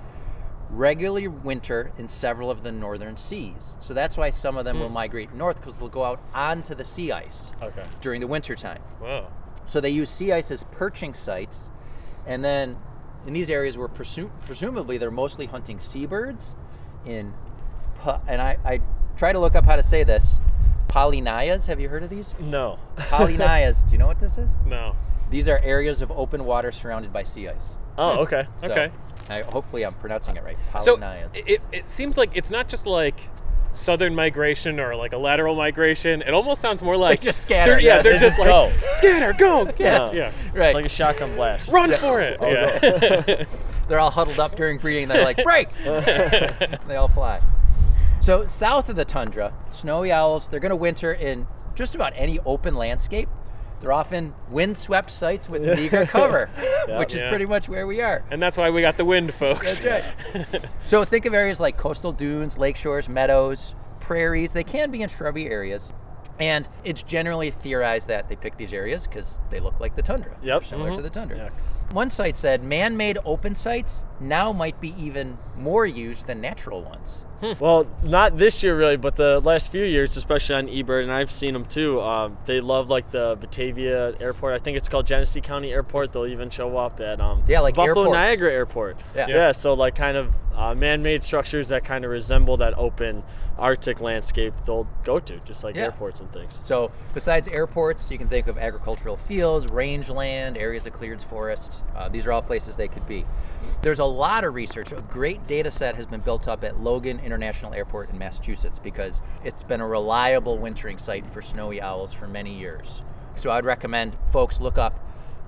Speaker 1: regularly winter in several of the northern seas. So that's why some of them will migrate north because they'll go out onto the sea ice
Speaker 3: Oh.
Speaker 2: okay.
Speaker 1: during the winter time.
Speaker 2: Whoa.
Speaker 1: So they use sea ice as perching sites, and then in these areas where presu- presumably they're mostly hunting seabirds. In pu- and I, I try to look up how to say this. Polynias, have you heard of these?
Speaker 3: No.
Speaker 1: Polynias, do you know what this is?
Speaker 2: No.
Speaker 1: These are areas of open water surrounded by sea ice.
Speaker 3: Oh, okay.
Speaker 1: So
Speaker 2: Okay.
Speaker 1: I, hopefully, I'm pronouncing it right.
Speaker 2: So
Speaker 1: Polynias.
Speaker 2: it, it seems like it's not just like southern migration or like a lateral migration. It almost sounds more like
Speaker 1: just scatter.
Speaker 2: They're, yeah,
Speaker 1: Yeah,
Speaker 2: they're
Speaker 3: they
Speaker 2: just,
Speaker 3: just
Speaker 2: like
Speaker 3: go.
Speaker 2: scatter, go. Yeah,
Speaker 3: Yeah.
Speaker 2: yeah.
Speaker 1: right.
Speaker 3: It's like a shotgun blast.
Speaker 2: Run for it. yeah.
Speaker 1: They're all huddled up during breeding. They're like, break! they all fly. So, south of the tundra, snowy owls, they're going to winter in just about any open landscape. They're often windswept sites with meager cover, which is
Speaker 2: Yeah.
Speaker 1: pretty much where we are.
Speaker 2: and that's why we got the wind, folks.
Speaker 1: That's right. so think of areas like coastal dunes, lake shores, meadows, prairies. They can be in shrubby areas. And it's generally theorized that they pick these areas because they look like the tundra.
Speaker 3: Yep.
Speaker 1: They're Similar to the tundra.
Speaker 3: Yeah.
Speaker 1: One site said man made open sites now might be even more used than natural ones.
Speaker 3: Well, not this year really, but the last few years, especially on eBird, and I've seen them too. Um, they love like the Batavia Airport. I think it's called Genesee County Airport. They'll even show up at um,
Speaker 1: Yeah, like
Speaker 3: Buffalo
Speaker 1: airports.
Speaker 3: Niagara Airport.
Speaker 1: Yeah.
Speaker 3: yeah. So like kind of uh, man-made structures that kind of resemble that open Arctic landscape. They'll go to just like
Speaker 1: Yeah.
Speaker 3: airports and things.
Speaker 1: So, besides airports, you can think of agricultural fields, rangeland, areas of cleared forest. Uh, these are all places they could be. There's a lot of research. A great data set has been built up at Logan International Airport in Massachusetts because it's been a reliable wintering site for snowy owls for many years. So, I'd recommend folks look up,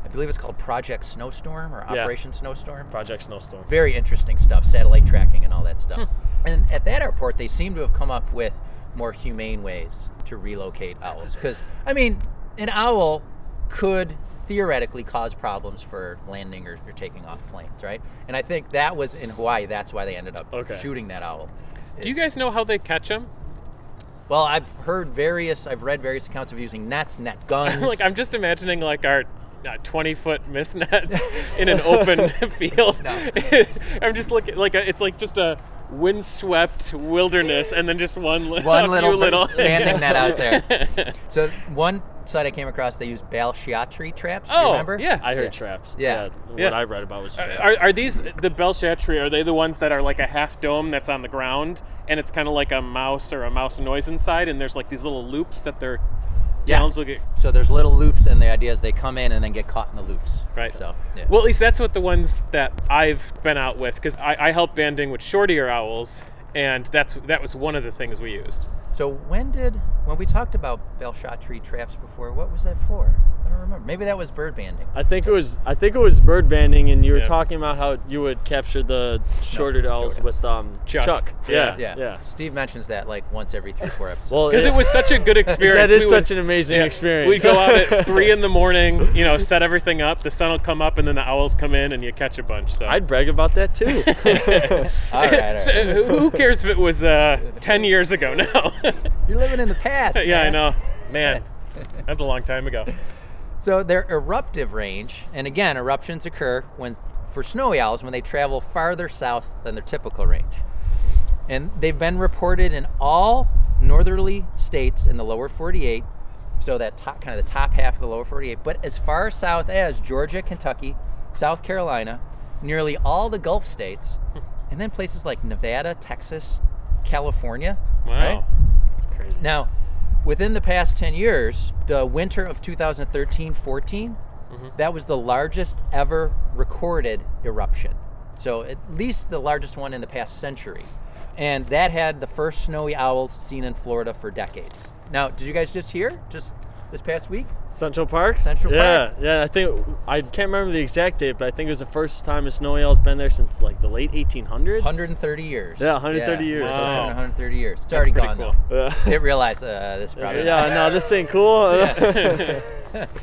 Speaker 1: I believe it's called Project Snowstorm or
Speaker 3: Yeah.
Speaker 1: Operation Snowstorm.
Speaker 3: Project Snowstorm.
Speaker 1: Very interesting stuff, satellite tracking and all that stuff.
Speaker 2: Hmm.
Speaker 1: And at that airport, they seem to have come up with more humane ways to relocate owls. Because, I mean, an owl could theoretically cause problems for landing or, or taking off planes, right? And I think that was in Hawaii. That's why they ended up
Speaker 3: Okay.
Speaker 1: shooting that owl.
Speaker 2: Do you
Speaker 1: Is-
Speaker 2: guys know how they catch them?
Speaker 1: Well, I've heard various, I've read various accounts of using nets, net guns.
Speaker 2: like I'm just imagining like our uh, 20 foot miss nets in an open field.
Speaker 1: No.
Speaker 2: I'm just looking like a, it's like just a windswept wilderness, and then just one, li- a
Speaker 1: one
Speaker 2: few
Speaker 1: little,
Speaker 2: little
Speaker 1: landing net out there. So one site I came across, they used bale shiatry traps. Do you
Speaker 2: Oh,
Speaker 1: remember?
Speaker 2: yeah.
Speaker 3: I heard
Speaker 1: Yeah.
Speaker 3: traps.
Speaker 1: Yeah.
Speaker 3: What
Speaker 2: Yeah.
Speaker 3: I read about was traps.
Speaker 2: Are, are these the Belchatry? Are they the ones that are like a half dome that's on the ground, and it's kind of like a mouse or a mouse noise inside, and there's like these little loops that their
Speaker 1: Yes.
Speaker 2: downs will get
Speaker 1: So there's little loops, and the idea is they come in and then get caught in the loops.
Speaker 2: Right.
Speaker 1: So yeah.
Speaker 2: Well, at least that's what the ones that I've been out with, because I, I help banding with shortier owls, and that's that was one of the things we used.
Speaker 1: so when did when we talked about Belshot tree traps before? What was that for? I don't remember. Maybe that was bird banding.
Speaker 3: I think it was I think it was bird banding, and you were
Speaker 2: Yeah.
Speaker 3: talking about how you would capture the shorter owls
Speaker 1: short
Speaker 3: with um,
Speaker 2: Chuck.
Speaker 3: Chuck.
Speaker 2: Yeah.
Speaker 3: Yeah.
Speaker 1: Yeah. Steve mentions that like once every three four episodes.
Speaker 3: Well,
Speaker 2: Because it was such a good experience.
Speaker 3: that is
Speaker 2: We
Speaker 3: such
Speaker 2: would-
Speaker 3: an amazing
Speaker 2: yeah,
Speaker 3: experience.
Speaker 2: We go out at three in the morning, you know, set everything up. The sun will come up, and then the owls come in, and you catch a bunch. So
Speaker 3: I'd brag about that too.
Speaker 1: all right, all right.
Speaker 2: So, who who cares if it was uh, ten years ago now?
Speaker 1: You're living in the past.
Speaker 2: yeah, I
Speaker 1: man.
Speaker 2: know, man. That's a long time ago.
Speaker 1: So their eruptive range, and again, eruptions occur when for snowy owls when they travel farther south than their typical range. And they've been reported in all northerly states in the lower 48, so that top, kind of the top half of the lower 48, but as far south as Georgia, Kentucky, South Carolina, nearly all the Gulf states, and then places like Nevada, Texas, California.
Speaker 2: Wow. That's crazy.
Speaker 1: Now, within the past 10 years, the winter of 2013 14, that was the largest ever recorded eruption. So, at least the largest one in the past century. And that had the first snowy owls seen in Florida for decades. Now, did you guys just hear just this past week?
Speaker 3: Central Park.
Speaker 1: Central
Speaker 3: yeah,
Speaker 1: Park.
Speaker 3: Yeah, I think I can't remember the exact date, but I think it was the first time a snowy owl's been there since like the late 1800s.
Speaker 1: 130 years.
Speaker 3: Yeah, 130 years.
Speaker 1: it's been
Speaker 2: Wow.
Speaker 1: 130 years. It's
Speaker 2: That's
Speaker 1: already
Speaker 2: pretty
Speaker 1: gone
Speaker 2: cool.
Speaker 1: though.
Speaker 3: Yeah.
Speaker 1: It realized uh, this probably.
Speaker 3: yeah, no, this ain't cool.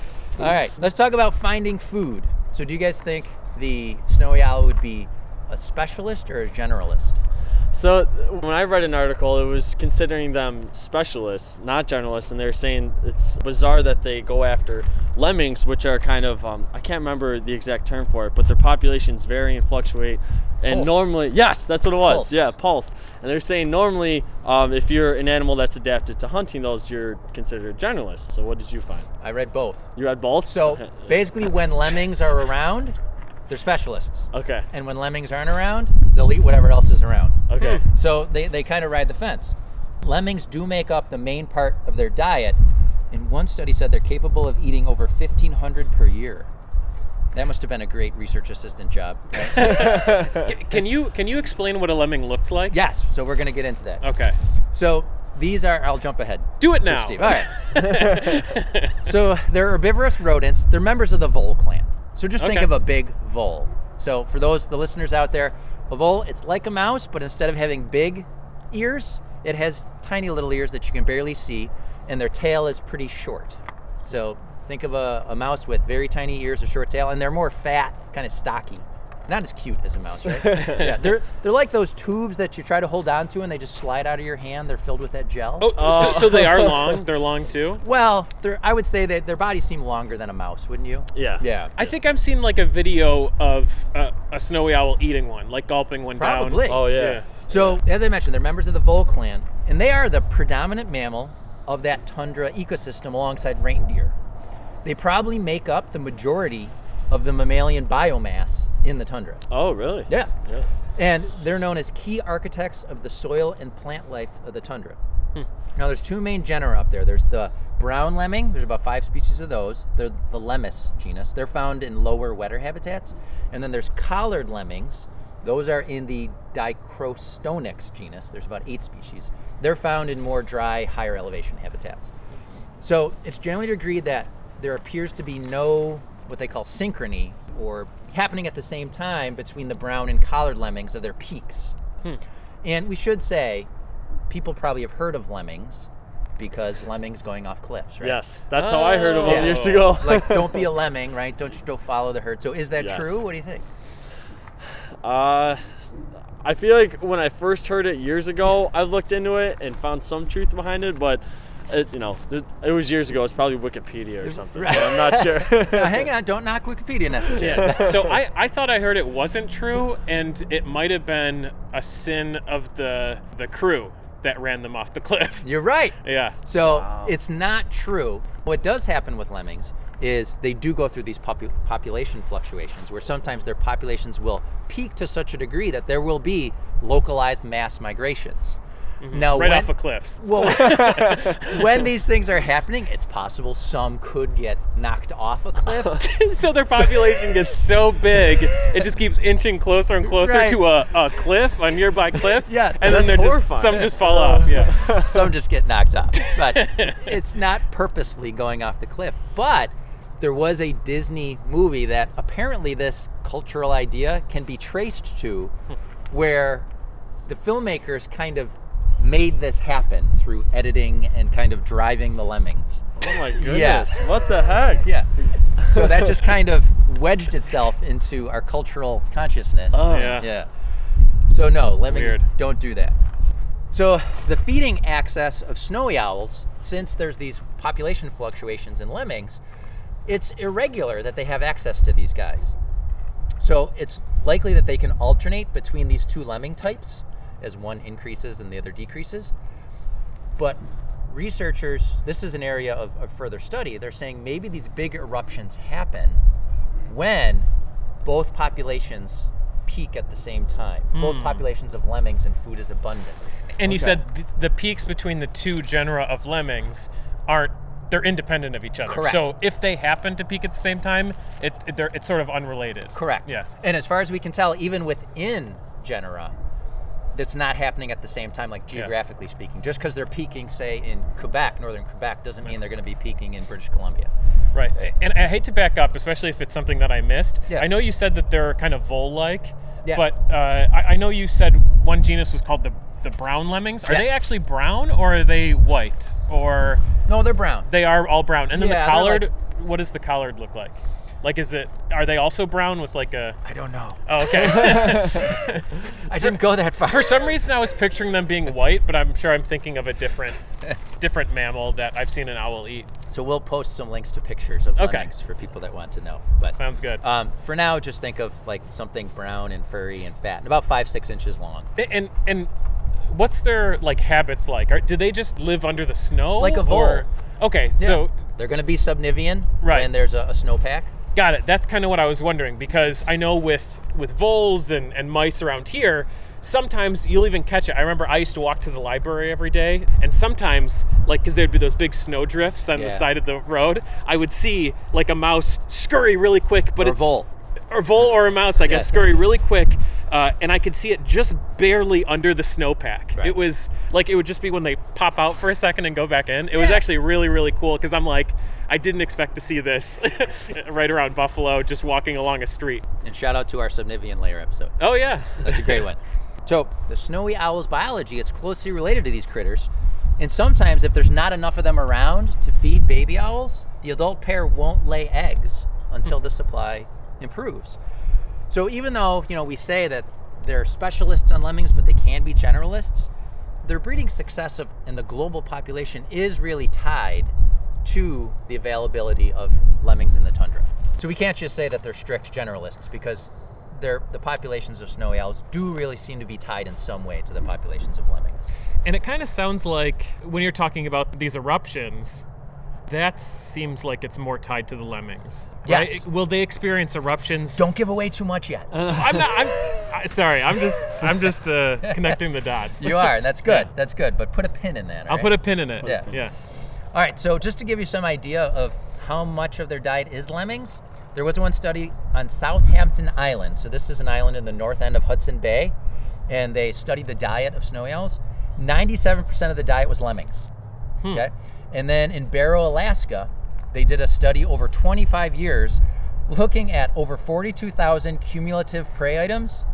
Speaker 1: All right, let's talk about finding food. So, do you guys think the snowy owl would be a specialist or a generalist?
Speaker 3: So when I read an article, it was considering them specialists, not journalists, and they're saying it's bizarre that they go after lemmings, which are kind of um, I can't remember the exact term for it, but their populations vary and fluctuate. And
Speaker 1: Pulsed.
Speaker 3: normally, yes, that's what it was.
Speaker 1: Pulsed.
Speaker 3: Yeah, pulsed. And they're saying normally, um, if you're an animal that's adapted to hunting those, you're considered a generalist. So what did you find?
Speaker 1: I read both.
Speaker 3: You had both.
Speaker 1: So, basically, when lemmings are around, they're specialists.
Speaker 3: okay,
Speaker 1: And when lemmings aren't around, they'll eat whatever else is around.
Speaker 3: okay,
Speaker 1: So, they, they kind of ride the fence. Lemmings do make up the main part of their diet. And one study said they're capable of eating over 1,500 per year. That must have been a great research assistant job. right?
Speaker 3: Hmm.
Speaker 2: C- can you can you explain what a lemming looks like?
Speaker 1: yes, so we're going to get into that.
Speaker 2: Okay.
Speaker 1: So these are. I'll jump ahead.
Speaker 2: Do it
Speaker 1: for
Speaker 2: now.
Speaker 1: Steve. All right. so they're herbivorous rodents. They're members of the vole clan. So just think
Speaker 2: Okay.
Speaker 1: of a big vole. So for those the listeners out there, a vole it's like a mouse, but instead of having big ears, it has tiny little ears that you can barely see, and their tail is pretty short. So think of a, a mouse with very tiny ears, a short tail, and they're more fat, kind of stocky. Not as cute as a mouse, right? yeah, they're they're like those tubes that you try to hold on to and they just slide out of your hand. They're filled with that gel.
Speaker 2: Oh,
Speaker 3: Oh.
Speaker 2: So, so they are long. They're long too.
Speaker 1: Well, they're- I would say that their bodies seem longer than a mouse, wouldn't you?
Speaker 3: yeah,
Speaker 1: Yeah.
Speaker 2: I think I've seen like a video of uh, a snowy owl eating one, like gulping one
Speaker 1: Probably.
Speaker 2: down.
Speaker 3: Oh yeah.
Speaker 2: Yeah.
Speaker 1: So, as I mentioned, they're members of the vole clan, and they are the predominant mammal of that tundra ecosystem alongside reindeer. They probably make up the majority of the mammalian biomass in the tundra.
Speaker 3: Oh really?
Speaker 1: Yeah.
Speaker 3: Yeah.
Speaker 1: And they're known as key architects of the soil and plant life of the tundra. Now, there's two main genera up there. There's the brown lemming. There's about five species of those. They're the lemmus genus. They're found in lower, wetter habitats. And then there's collared lemmings. Those are in the Dicrostonyx genus. There's about eight species. They're found in more dry, higher elevation habitats. So it's generally agreed that there appears to be no what they call synchrony or happening at the same time between the brown and collared lemmings of their peaks.
Speaker 3: Hmm.
Speaker 1: And we should say, people probably have heard of lemmings because lemmings going off cliffs, right?
Speaker 3: Yes, that's how I heard of them
Speaker 1: Yeah.
Speaker 3: years ago.
Speaker 1: like, don't be a lemming, right? Don't you don't follow the herd. So is that
Speaker 3: Yes.
Speaker 1: true? What do you think?
Speaker 3: Uh, I feel like when I first heard it years ago, I looked into it and found some truth behind it, but it, you know, it, it was years ago. It's probably Wikipedia or something. so I'm not sure.
Speaker 1: Now, hang on, don't knock Wikipedia necessarily.
Speaker 2: Yeah. so I, I thought I heard it wasn't true, and it might have been a sin of the the crew that ran them off the cliff.
Speaker 1: You're right.
Speaker 2: Yeah.
Speaker 1: So it's not true. What does happen with lemmings is they do go through these popu- population fluctuations where sometimes their populations will peak to such a degree that there will be localized mass migrations. Now,
Speaker 2: Mm-hmm. Right
Speaker 1: when,
Speaker 2: off of cliffs.
Speaker 1: well, when these things are happening, it's possible some could get knocked off a cliff.
Speaker 2: so their population gets so big, it just keeps inching closer and closer
Speaker 1: Right.
Speaker 2: to a, a cliff, a nearby cliff.
Speaker 1: Yes.
Speaker 2: And
Speaker 3: That's
Speaker 2: then they're just
Speaker 3: horrifying.
Speaker 2: some just fall off. Yeah. Oh
Speaker 1: some just get knocked off. But it's not purposely going off the cliff. But there was a Disney movie that apparently this cultural idea can be traced to where the filmmakers kind of made this happen through editing and kind of driving the lemmings.
Speaker 3: oh my goodness!
Speaker 1: Yeah.
Speaker 3: What the heck?
Speaker 1: Yeah. So that just kind of wedged itself into our cultural consciousness.
Speaker 3: Oh.
Speaker 2: Yeah.
Speaker 1: Yeah. So no, lemmings
Speaker 2: Weird.
Speaker 1: don't do that. So the feeding access of snowy owls, since there's these population fluctuations in lemmings, it's irregular that they have access to these guys. So it's likely that they can alternate between these two lemming types as one increases and the other decreases. But researchers, this is an area of, of further study, they're saying maybe these big eruptions happen when both populations peak at the same time. Both populations of lemmings and food is abundant.
Speaker 2: And you said th- the peaks between the two genera of lemmings aren't they're independent of each other.
Speaker 1: Correct.
Speaker 2: So if they happen to peak at the same time, it, it they're, it's sort of unrelated.
Speaker 1: Correct.
Speaker 2: Yeah.
Speaker 1: And as far as we can tell, even within genera, that's not happening at the same time, like geographically speaking. Just because they're peaking, say, in Quebec, northern Quebec, doesn't mean they're going to be peaking in British Columbia.
Speaker 2: Right. And I hate to back up, especially if it's something that I missed.
Speaker 1: Yeah.
Speaker 2: I know you said that they're kind of vole-like,
Speaker 1: Yeah.
Speaker 2: but uh, I, I know you said one genus was called the the brown lemmings. Are they
Speaker 1: Yes.
Speaker 2: actually brown or are they white or
Speaker 1: No, they're brown.
Speaker 2: They are all brown. And then
Speaker 1: Yeah,
Speaker 2: the
Speaker 1: they're
Speaker 2: collard, what does the collard look like? Like, is it, are they also brown with like a,
Speaker 1: I don't know.
Speaker 2: oh, okay.
Speaker 1: I didn't go that far.
Speaker 2: For some reason, I was picturing them being white, but I'm sure I'm thinking of a different, different mammal that I've seen an owl eat.
Speaker 1: So we'll post some links to pictures of
Speaker 2: Okay.
Speaker 1: lemmings for people that want to know. But
Speaker 2: Sounds good.
Speaker 1: um, for now, just think of like something brown and furry and fat, and about five, six inches long.
Speaker 2: and, and what's their like habits like? Are, do they just live under the snow?
Speaker 1: Like a vole.
Speaker 2: or- okay. So
Speaker 1: they're going to be subnivian
Speaker 2: Right.
Speaker 1: when there's a, a snowpack.
Speaker 2: Got it. That's kind of what I was wondering because I know with with voles and, and mice around here, sometimes you'll even catch it. I remember I used to walk to the library every day, and sometimes, like, because there'd be those big snow drifts on
Speaker 1: Yeah.
Speaker 2: the side of the road, I would see like a mouse scurry really quick, but
Speaker 1: Or
Speaker 2: it's
Speaker 1: vole.
Speaker 2: or vole or a mouse, I guess,
Speaker 1: Yeah.
Speaker 2: scurry really quick, uh, and I could see it just barely under the snowpack.
Speaker 1: Right.
Speaker 2: It was like it would just be when they pop out for a second and go back in. It was
Speaker 1: Yeah.
Speaker 2: actually really really cool because I'm like. I didn't expect to see this right around Buffalo, just walking along a street.
Speaker 1: And shout out to our subnivian layer episode.
Speaker 2: Oh yeah,
Speaker 1: That's a great one. So the snowy owl's biology, it's closely related to these critters. And sometimes if there's not enough of them around to feed baby owls, the adult pair won't lay eggs until the supply improves. So even though, you know, we say that they're specialists on lemmings, but they can be generalists, their breeding success of, in the global population is really tied to the availability of lemmings in the tundra. So we can't just say that they're strict generalists because they're, the populations of snowy owls do really seem to be tied in some way to the populations of lemmings.
Speaker 2: and it kind of sounds like when you're talking about these eruptions, that seems like it's more tied to the lemmings.
Speaker 1: Yes.
Speaker 2: Right? Will they experience eruptions?
Speaker 1: Don't give away too much yet.
Speaker 2: I'm not. I'm I, sorry. I'm just. I'm just uh, connecting the dots.
Speaker 1: You are, and that's good. That's good. But put a pin in that.
Speaker 2: I'll put a pin in it.
Speaker 1: Yeah.
Speaker 2: Yeah.
Speaker 1: All right, so just to give you some idea of how much of their diet is lemmings, there was one study on Southampton Island. So, this is an island in the north end of Hudson Bay, and they studied the diet of snowy owls. 97% of the diet was lemmings. Okay? And then in Barrow, Alaska, they did a study over 25 years looking at over 42,000 cumulative prey items.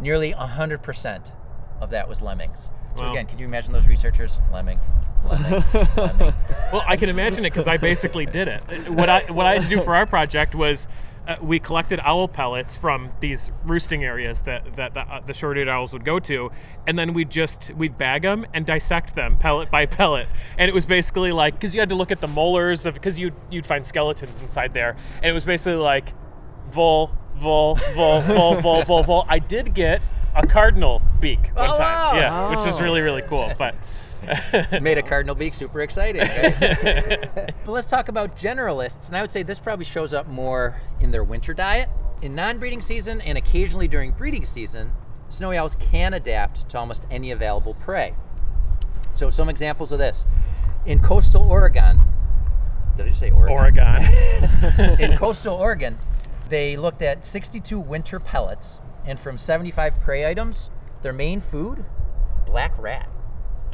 Speaker 1: Nearly 100% of that was lemmings. So,
Speaker 2: Wow.
Speaker 1: again, can you imagine those researchers? Lemming, lemming, lemming.
Speaker 2: Well, I can imagine it because I basically did it. What I what I had to do for our project was. Uh, we collected owl pellets from these roosting areas that, that the, uh, the short-eared owls would go to, and then we'd just we'd bag them and dissect them pellet by pellet. And it was basically like because you had to look at the molars of because you you'd find skeletons inside there, and it was basically like vol vol vol vol vol vol vol. I did get a cardinal beak one
Speaker 1: Oh,
Speaker 2: time,
Speaker 1: wow.
Speaker 2: yeah, which is
Speaker 3: Oh.
Speaker 2: really really cool. But
Speaker 1: made a cardinal beak super exciting. right? but let's talk about generalists, and I would say this probably shows up more in their winter diet. In non-breeding season and occasionally during breeding season, snowy owls can adapt to almost any available prey. So some examples of this. In coastal Oregon, did I just say Oregon?
Speaker 2: Oregon.
Speaker 1: in coastal Oregon, they looked at 62 winter pellets, and from 75 prey items, their main food, black rat.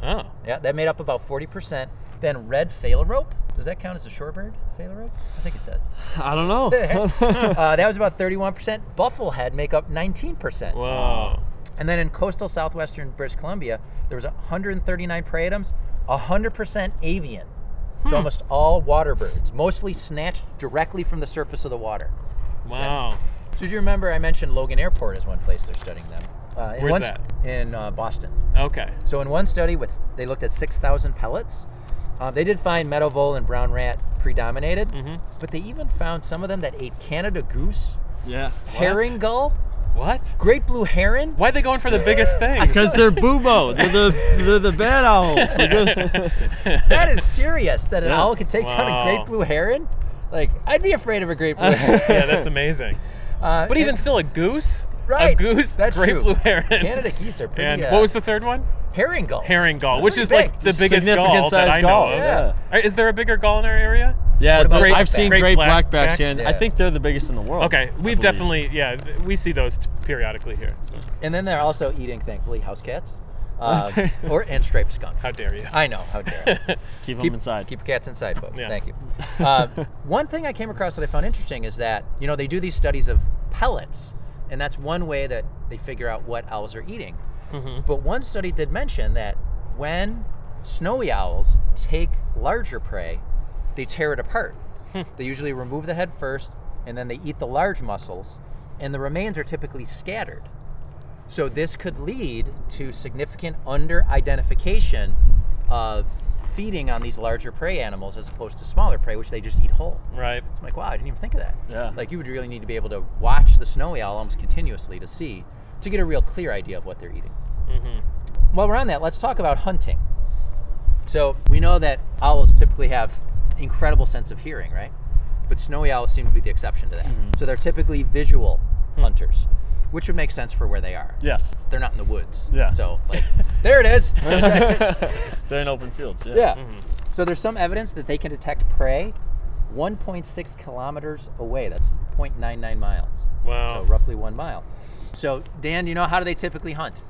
Speaker 2: Oh.
Speaker 1: Yeah, that made up about 40%. Then red phalarope. Does that count as a shorebird? Phalarope? I think it does.
Speaker 3: I don't know.
Speaker 1: uh, that was about 31%. Bufflehead make up 19%.
Speaker 2: Whoa.
Speaker 1: And then in coastal southwestern British Columbia, there was 139 prey items, 100% avian. So
Speaker 2: Hmm.
Speaker 1: almost all water birds, mostly snatched directly from the surface of the water.
Speaker 2: Wow.
Speaker 1: So do you remember I mentioned Logan Airport is one place they're studying them? Uh, in
Speaker 2: Where's
Speaker 1: one-
Speaker 2: that?
Speaker 1: In uh, Boston.
Speaker 2: Okay.
Speaker 1: um, So in one study, with they looked at 6,000 pellets. Uh, they did find meadow vole and brown rat predominated.
Speaker 2: Mm-hmm.
Speaker 1: But they even found some of them that ate Canada goose,
Speaker 3: Yeah.
Speaker 1: herring gull,
Speaker 2: What?
Speaker 1: great blue heron.
Speaker 2: Why are they going for the biggest thing?
Speaker 3: Because they're bubo. They're the they're the bad owls. They're good-
Speaker 1: That is serious that an owl could take down a
Speaker 2: Wow.
Speaker 1: great blue heron. Like I'd be afraid of a great blue heron.
Speaker 2: yeah, that's amazing.
Speaker 1: Uh,
Speaker 2: But
Speaker 1: it-
Speaker 2: even still, a goose.
Speaker 1: Right,
Speaker 2: A goose.
Speaker 1: that's
Speaker 2: great
Speaker 1: true.
Speaker 2: blue heron.
Speaker 1: Canada geese are pretty.
Speaker 2: And
Speaker 1: uh,
Speaker 2: what was the third one?
Speaker 1: herring gull?
Speaker 2: Herring gull, which is like the biggest
Speaker 3: Significant
Speaker 2: gull that
Speaker 3: size
Speaker 2: I know
Speaker 3: gull,
Speaker 2: of.
Speaker 1: yeah.
Speaker 2: Uh, Is there a bigger gull in our area?
Speaker 3: yeah,
Speaker 1: about
Speaker 3: the-
Speaker 1: great
Speaker 3: I've seen
Speaker 2: black-
Speaker 3: great
Speaker 2: great
Speaker 3: blackbacks,
Speaker 2: blackbacks?
Speaker 3: and I
Speaker 1: Yeah.
Speaker 3: think they're the biggest in the world.
Speaker 2: Okay,
Speaker 3: I
Speaker 2: we've
Speaker 3: believe.
Speaker 2: definitely yeah th- we see those t- periodically here. So
Speaker 1: and then they're also eating, thankfully, house cats, uh, or and striped skunks.
Speaker 2: how dare you?
Speaker 1: I know. How dare. I.
Speaker 3: keep,
Speaker 1: keep
Speaker 3: them inside.
Speaker 1: Keep cats inside, folks.
Speaker 2: Yeah.
Speaker 1: Thank you. Uh, one thing I came across that I found interesting is that you know they do these studies of pellets, and that's one way that they figure out what owls are eating.
Speaker 3: Mm-hmm.
Speaker 1: But one study did mention that when snowy owls take larger prey, they tear it apart.
Speaker 3: Hmm.
Speaker 1: they usually remove the head first, and then they eat the large muscles, and the remains are typically scattered. So this could lead to significant under-identification of feeding on these larger prey animals as opposed to smaller prey, which they just eat whole.
Speaker 2: Right.
Speaker 1: I'm like, wow, I didn't even think of that.
Speaker 3: Yeah.
Speaker 1: Like you would really need to be able to watch the snowy owl almost continuously to see, to get a real clear idea of what they're eating. While we're on that, let's talk about hunting. So we know that owls typically have incredible sense of hearing, right? But snowy owls seem to be the exception to that. So they're typically visual hunters, which would make sense for where they are.
Speaker 3: yes.
Speaker 1: They're not in the woods.
Speaker 3: Yeah.
Speaker 1: So like, there it is.
Speaker 3: They're in open fields. Yeah.
Speaker 1: Yeah. So there's some evidence that they can detect prey 1.6 kilometers away. That's 0.99 miles.
Speaker 2: Wow.
Speaker 1: So roughly one mile. So Dan, do you know how do they typically hunt?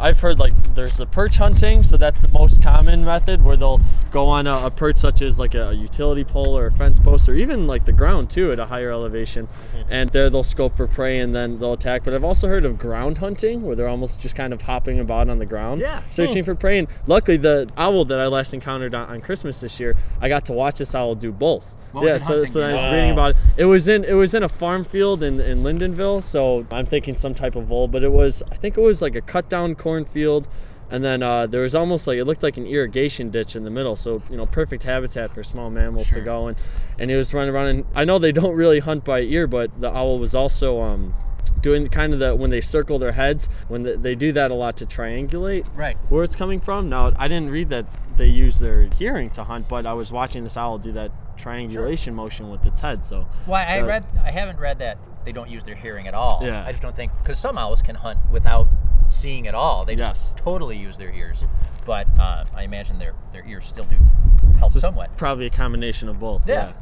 Speaker 3: I've heard like there's the perch hunting, so that's the most common method where they'll go on a, a perch such as like a, utility pole or a fence post or even like the ground too at a higher elevation,
Speaker 1: Mm-hmm.
Speaker 3: and there they'll scope for prey and then they'll attack. But I've also heard of ground hunting where they're almost just kind of hopping about on the ground,
Speaker 1: Yeah.
Speaker 3: searching for prey. And luckily, the owl that I last encountered on, on Christmas this year, I got to watch this owl do both.
Speaker 1: What was
Speaker 3: yeah,
Speaker 1: it
Speaker 3: so,
Speaker 1: hunting,
Speaker 3: so
Speaker 1: do you
Speaker 3: I was
Speaker 2: know?
Speaker 3: reading
Speaker 2: Wow.
Speaker 3: about about it. It was in it was in a farm field in, in Lindenville, so I'm thinking some type of vole, but it was I think it was like a cut down cornfield and then uh, there was almost like it looked like an irrigation ditch in the middle, so you know perfect habitat for small mammals
Speaker 1: Sure.
Speaker 3: to go and and he was running around and I know they don't really hunt by ear, but the owl was also um, doing kind of the when they circle their heads when the, they do that a lot to triangulate
Speaker 1: Right.
Speaker 3: where it's coming from. Now, I didn't read that they use their hearing to hunt, but I was watching this owl do that triangulation motion with its head. So,
Speaker 1: Well, I
Speaker 3: Uh,
Speaker 1: read, I haven't read that they don't use their hearing at all.
Speaker 3: Yeah.
Speaker 1: I just don't think because some owls can hunt without seeing at all. They
Speaker 3: Yes.
Speaker 1: just totally use their ears, but uh, I imagine their their ears still do help
Speaker 3: Mm-hmm. so it's
Speaker 1: somewhat.
Speaker 3: probably a combination of both.
Speaker 1: Yeah.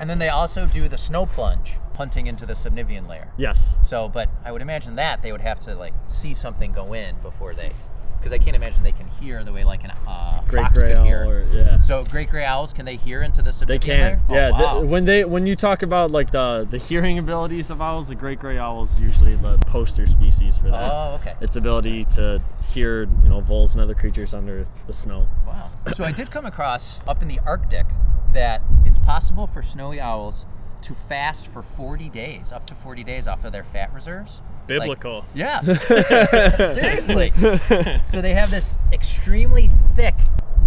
Speaker 1: And then they also do the snow plunge, hunting into the subnivian layer.
Speaker 3: Yes.
Speaker 1: So, but I would imagine that they would have to like see something go in before they, because I can't imagine they can hear the way like an uh,
Speaker 3: Great
Speaker 1: fox
Speaker 3: gray
Speaker 1: could
Speaker 3: owl.
Speaker 1: hear.
Speaker 3: Or, yeah.
Speaker 1: so great gray owls can they hear into the subnivian
Speaker 3: They can.
Speaker 1: layer? Oh,
Speaker 3: yeah. th-
Speaker 1: wow.
Speaker 3: when they when you talk about like the the hearing abilities of owls, the great gray owl is usually the poster species for that.
Speaker 1: oh, okay.
Speaker 3: Its ability to hear, you know, voles and other creatures under the snow.
Speaker 1: Wow. So I did come across up in the Arctic that it's possible for snowy owls to fast for 40 days, up to 40 days off of their fat reserves. Like-
Speaker 2: Biblical.
Speaker 1: yeah. Seriously. So they have this extremely thick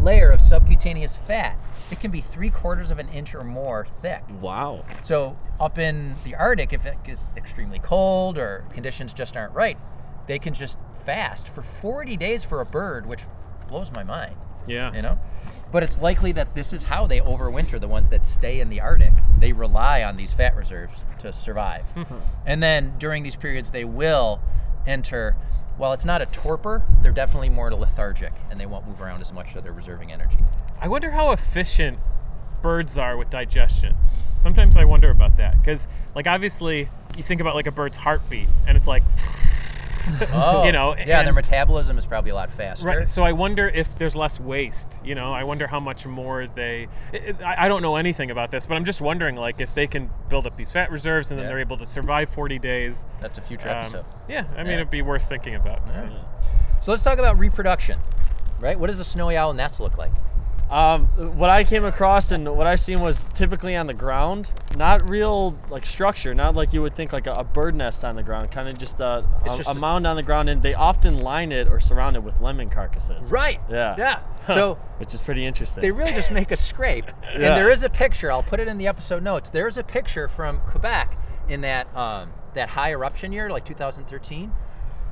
Speaker 1: layer of subcutaneous fat. It can be three quarters of an inch or more thick.
Speaker 3: Wow.
Speaker 1: So up in the Arctic, if it gets extremely cold or conditions just aren't right, they can just fast for 40 days for a bird, which blows my mind.
Speaker 2: Yeah.
Speaker 1: You know, but it's likely that this is how they overwinter. The ones that stay in the Arctic, they rely on these fat reserves to survive.
Speaker 2: Hmm.
Speaker 1: and then during these periods, they will enter. While it's not a torpor, they're definitely more lethargic, and they won't move around as much, so they're reserving energy.
Speaker 2: I wonder how efficient birds are with digestion. Sometimes I wonder about that because, like, obviously you think about like a bird's heartbeat, and it's like,
Speaker 1: Oh,
Speaker 2: You know,
Speaker 1: yeah, their
Speaker 2: and-
Speaker 1: metabolism is probably a lot faster.
Speaker 2: right. So I wonder if there's less waste. You know, I wonder how much more they. i I I don't know anything about this, but I'm just wondering like if they can build up these fat reserves and then
Speaker 1: Yeah.
Speaker 2: they're able to survive 40 days.
Speaker 1: That's a future
Speaker 2: Um,
Speaker 1: episode.
Speaker 2: yeah, I mean
Speaker 1: Yeah.
Speaker 2: it'd be worth thinking about. so.
Speaker 1: So let's talk about reproduction, right? What does a snowy owl nest look like?
Speaker 3: Um, what I came across and what I've seen was typically on the ground, not real like structure, not like you would think like a, a bird nest on the ground, kind of just a,
Speaker 1: It's
Speaker 3: a,
Speaker 1: just
Speaker 3: a
Speaker 1: a-
Speaker 3: mound on the ground, and they often line it or surround it with lemon carcasses.
Speaker 1: Right.
Speaker 3: Yeah.
Speaker 1: Yeah. So
Speaker 3: Which is pretty interesting.
Speaker 1: they really just make a scrape. And
Speaker 3: Yeah.
Speaker 1: there is a picture. I'll put it in the episode notes. There is a picture from Quebec in that um, that high eruption year, like 2013,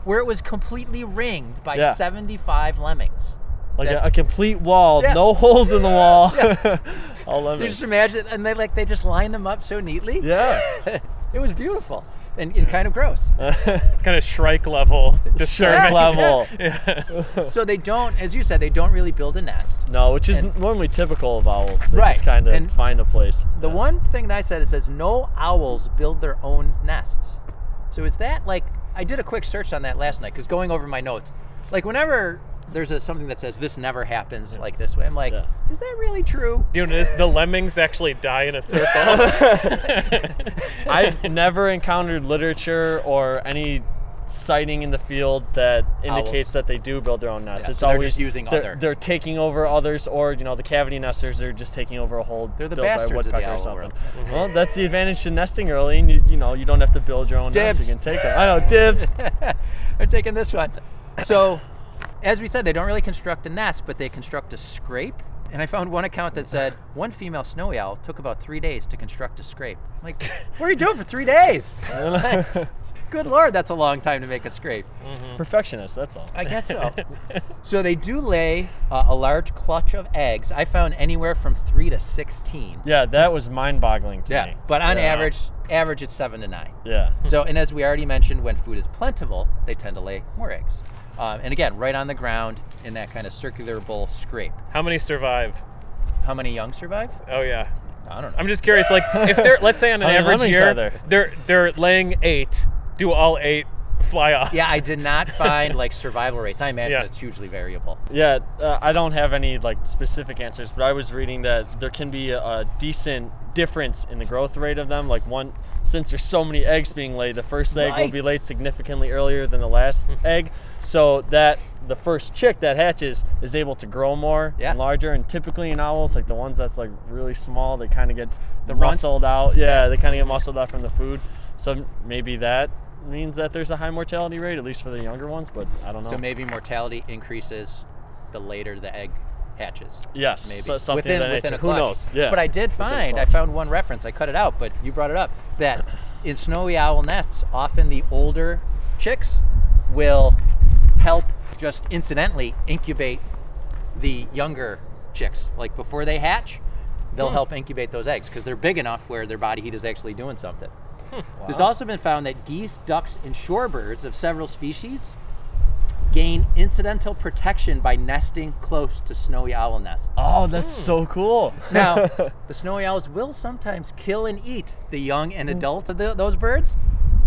Speaker 1: where it was completely ringed by
Speaker 3: Yeah.
Speaker 1: 75 lemmings.
Speaker 3: like
Speaker 1: that-
Speaker 3: a, a complete wall,
Speaker 1: Yeah.
Speaker 3: no holes in the wall. All
Speaker 1: You
Speaker 3: lemons.
Speaker 1: just imagine, and they like they just line them up so neatly.
Speaker 3: yeah.
Speaker 1: it was beautiful and, and kind of gross.
Speaker 2: It's kind of Shrike level disturbing.
Speaker 3: Shark level.
Speaker 1: so they don't, as you said, they don't really build a nest.
Speaker 3: No, which is
Speaker 1: And-
Speaker 3: normally typical of owls. They
Speaker 1: Right,
Speaker 3: just kind of
Speaker 1: and-
Speaker 3: find a place.
Speaker 1: The
Speaker 3: Yeah.
Speaker 1: one thing that I said it says no owls build their own nests. So is that like I did a quick search on that last night because going over my notes, like whenever there's a, something that says this never happens like this way, I'm like,
Speaker 3: Yeah.
Speaker 1: is that really true?
Speaker 2: You know, this, the lemmings actually die in a circle.
Speaker 3: I've never encountered literature or any sighting in the field that indicates
Speaker 1: Owls.
Speaker 3: that they do build their own nests.
Speaker 1: Yeah,
Speaker 3: it's
Speaker 1: so they're
Speaker 3: always
Speaker 1: just using
Speaker 3: they're,
Speaker 1: other.
Speaker 3: They're taking over others, or you know, the cavity nesters. They're just taking over a whole.
Speaker 1: They're the
Speaker 3: built by a
Speaker 1: bastards of the
Speaker 3: woodpecker
Speaker 1: owl
Speaker 3: or something.
Speaker 1: world. Mm-hmm.
Speaker 3: Well, that's the advantage to nesting early, and you, you know you don't have to build your own nest.
Speaker 1: Dibs.
Speaker 3: You can take them. I know dibs.
Speaker 1: They're taking this one. So, as we said, they don't really construct a nest, but they construct a scrape. And I found one account that said one female snowy owl took about three days to construct a scrape. I'm like, what are you doing for three days? Like, good lord, that's a long time to make a scrape.
Speaker 3: Perfectionist. That's all.
Speaker 1: I guess so. so they do lay uh, a large clutch of eggs. I found anywhere from three to sixteen.
Speaker 3: Yeah, that was mind-boggling to
Speaker 1: Yeah,
Speaker 3: me.
Speaker 1: but on
Speaker 3: Yeah.
Speaker 1: average, average it's seven to nine.
Speaker 3: Yeah.
Speaker 1: So, and as we already mentioned, when food is plentiful, they tend to lay more eggs. Um, and again, right on the ground in that kind of circular bowl scrape.
Speaker 2: How many survive?
Speaker 1: How many young survive?
Speaker 2: Oh yeah.
Speaker 1: I don't know.
Speaker 2: I'm just curious. Like, if they're let's say on an
Speaker 3: How many
Speaker 2: average
Speaker 3: lemmings
Speaker 2: year,
Speaker 3: are there?
Speaker 2: they're they're laying eight. Do all eight fly off?
Speaker 1: yeah, I did not find like survival rates. I imagine
Speaker 2: Yeah.
Speaker 1: it's hugely variable.
Speaker 3: Yeah, uh, I don't have any like specific answers, but I was reading that there can be a, a decent difference in the growth rate of them. Like one, since there's so many eggs being laid, the first egg will
Speaker 1: Right.
Speaker 3: be laid significantly earlier than the last egg, so that the first chick that hatches is able to grow more
Speaker 1: Yeah.
Speaker 3: and larger. And typically in owls, like the ones that's like really small, they kind of get
Speaker 1: The runts?
Speaker 3: muscled out. Yeah, they kind of get muscled out from the food. So maybe that means that there's a high mortality rate, at least for the younger ones. But I don't know.
Speaker 1: So maybe mortality increases the later the egg hatches.
Speaker 3: Yes,
Speaker 1: maybe
Speaker 3: so- something
Speaker 1: within
Speaker 3: of that
Speaker 1: within a
Speaker 3: nature. Who
Speaker 1: clutch.
Speaker 3: knows? Yeah.
Speaker 1: But I did
Speaker 3: Within a
Speaker 1: find I
Speaker 3: clutch.
Speaker 1: found one reference. I cut it out, but you brought it up that in snowy owl nests, often the older chicks will help just incidentally incubate the younger chicks. Like before they hatch, they'll
Speaker 3: Hmm.
Speaker 1: help incubate those eggs because they're big enough where their body heat is actually doing something. There's also been found that geese, ducks, and shorebirds of several species gain incidental protection by nesting close to snowy owl nests.
Speaker 3: Oh, that's so cool.
Speaker 1: Now, the snowy owls will sometimes kill and eat the young and adults of tho- those birds,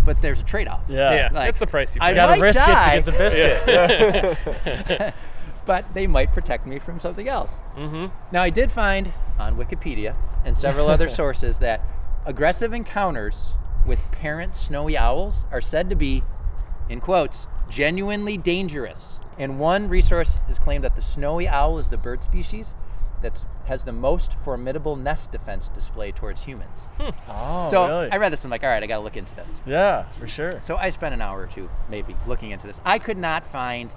Speaker 1: but there's a trade-off.
Speaker 3: Yeah.
Speaker 2: Yeah,
Speaker 1: Like,
Speaker 2: that's the price you
Speaker 1: I
Speaker 2: pay.
Speaker 3: You gotta
Speaker 1: might
Speaker 3: risk
Speaker 1: die.
Speaker 3: it to get the biscuit.
Speaker 1: But they might protect me from something else. Mm-hmm. Now, I did find on Wikipedia and several other sources that aggressive encounters with parent snowy owls are said to be, in quotes, genuinely dangerous. And one resource has claimed that the snowy owl is the bird species that has the most formidable nest defense display towards humans.
Speaker 3: Oh,
Speaker 1: So
Speaker 3: really?
Speaker 1: I read this. I'm like, all right, I got to look into this.
Speaker 3: yeah, for sure.
Speaker 1: So I spent an hour or two, maybe, looking into this. I could not find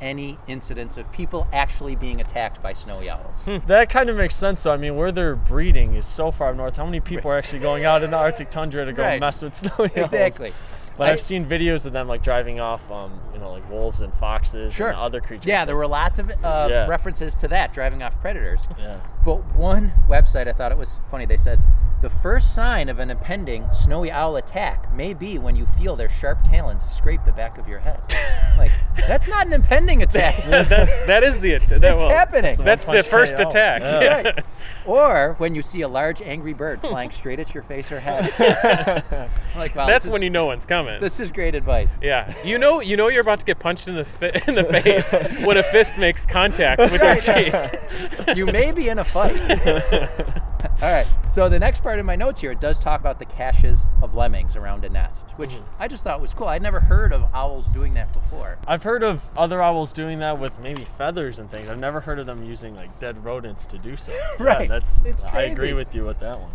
Speaker 1: any incidents of people actually being attacked by snowy owls.
Speaker 3: Hmm. That kind of makes sense. though. I mean, where they're breeding is so far up north. How many people are actually going out in the Arctic tundra to go
Speaker 1: Right.
Speaker 3: mess with snowy owls?
Speaker 1: Exactly.
Speaker 3: But I,
Speaker 1: I-
Speaker 3: have seen videos of them like driving off, um, you know, like wolves and foxes
Speaker 1: Sure.
Speaker 3: and other creatures.
Speaker 1: Yeah, there were lots of uh,
Speaker 3: Yeah.
Speaker 1: references to that driving off predators.
Speaker 3: Yeah.
Speaker 1: But one website, I thought it was funny. They said the first sign of an impending snowy owl attack may be when you feel their sharp talons scrape the back of your head. like that's not an impending attack.
Speaker 2: that, that is the. That,
Speaker 1: It's
Speaker 2: well,
Speaker 1: happening.
Speaker 2: That's the
Speaker 3: Punch
Speaker 2: first
Speaker 3: KO.
Speaker 2: attack.
Speaker 3: Yeah.
Speaker 2: Yeah.
Speaker 1: Right. Or when you see a large angry bird flying straight at your face or head. I'm like, wow,
Speaker 2: That's
Speaker 1: this is,
Speaker 2: when you know one's coming.
Speaker 1: this is great advice.
Speaker 2: yeah, you know, you know, you're about to get punched in the fi- in the face when a fist makes contact with your cheek.
Speaker 1: You may be in a fight. All right. So the next part of my notes here it does talk about the caches of lemmings around a nest, which
Speaker 2: Mm-hmm.
Speaker 1: I just thought was cool. I'd never heard of owls doing that before.
Speaker 3: I've heard of other owls doing that with maybe feathers and things. I've never heard of them using like dead rodents to do so. Yeah,
Speaker 1: Right.
Speaker 3: that's
Speaker 1: It's
Speaker 3: I agree
Speaker 1: crazy.
Speaker 3: with you with that one.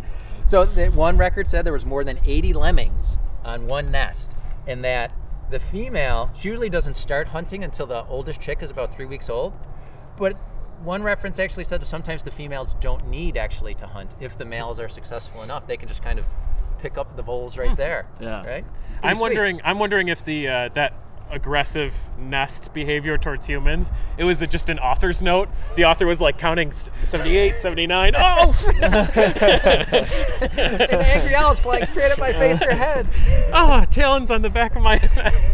Speaker 1: So the one record said there was more than 80 lemmings on one nest, and that the female she usually doesn't start hunting until the oldest chick is about three weeks old. But one reference actually said that sometimes the females don't need actually to hunt if the males are successful enough. They can just kind of pick up the voles right there.
Speaker 3: Yeah.
Speaker 1: Right. Pretty
Speaker 2: I'm
Speaker 1: sweet.
Speaker 2: wondering. I'm wondering if the uh, that aggressive nest behavior towards humans it was just an author's note the author was like counting s- 78 79 oh
Speaker 1: An angry owl's flying straight at my face or head.
Speaker 2: oh talons on the back of my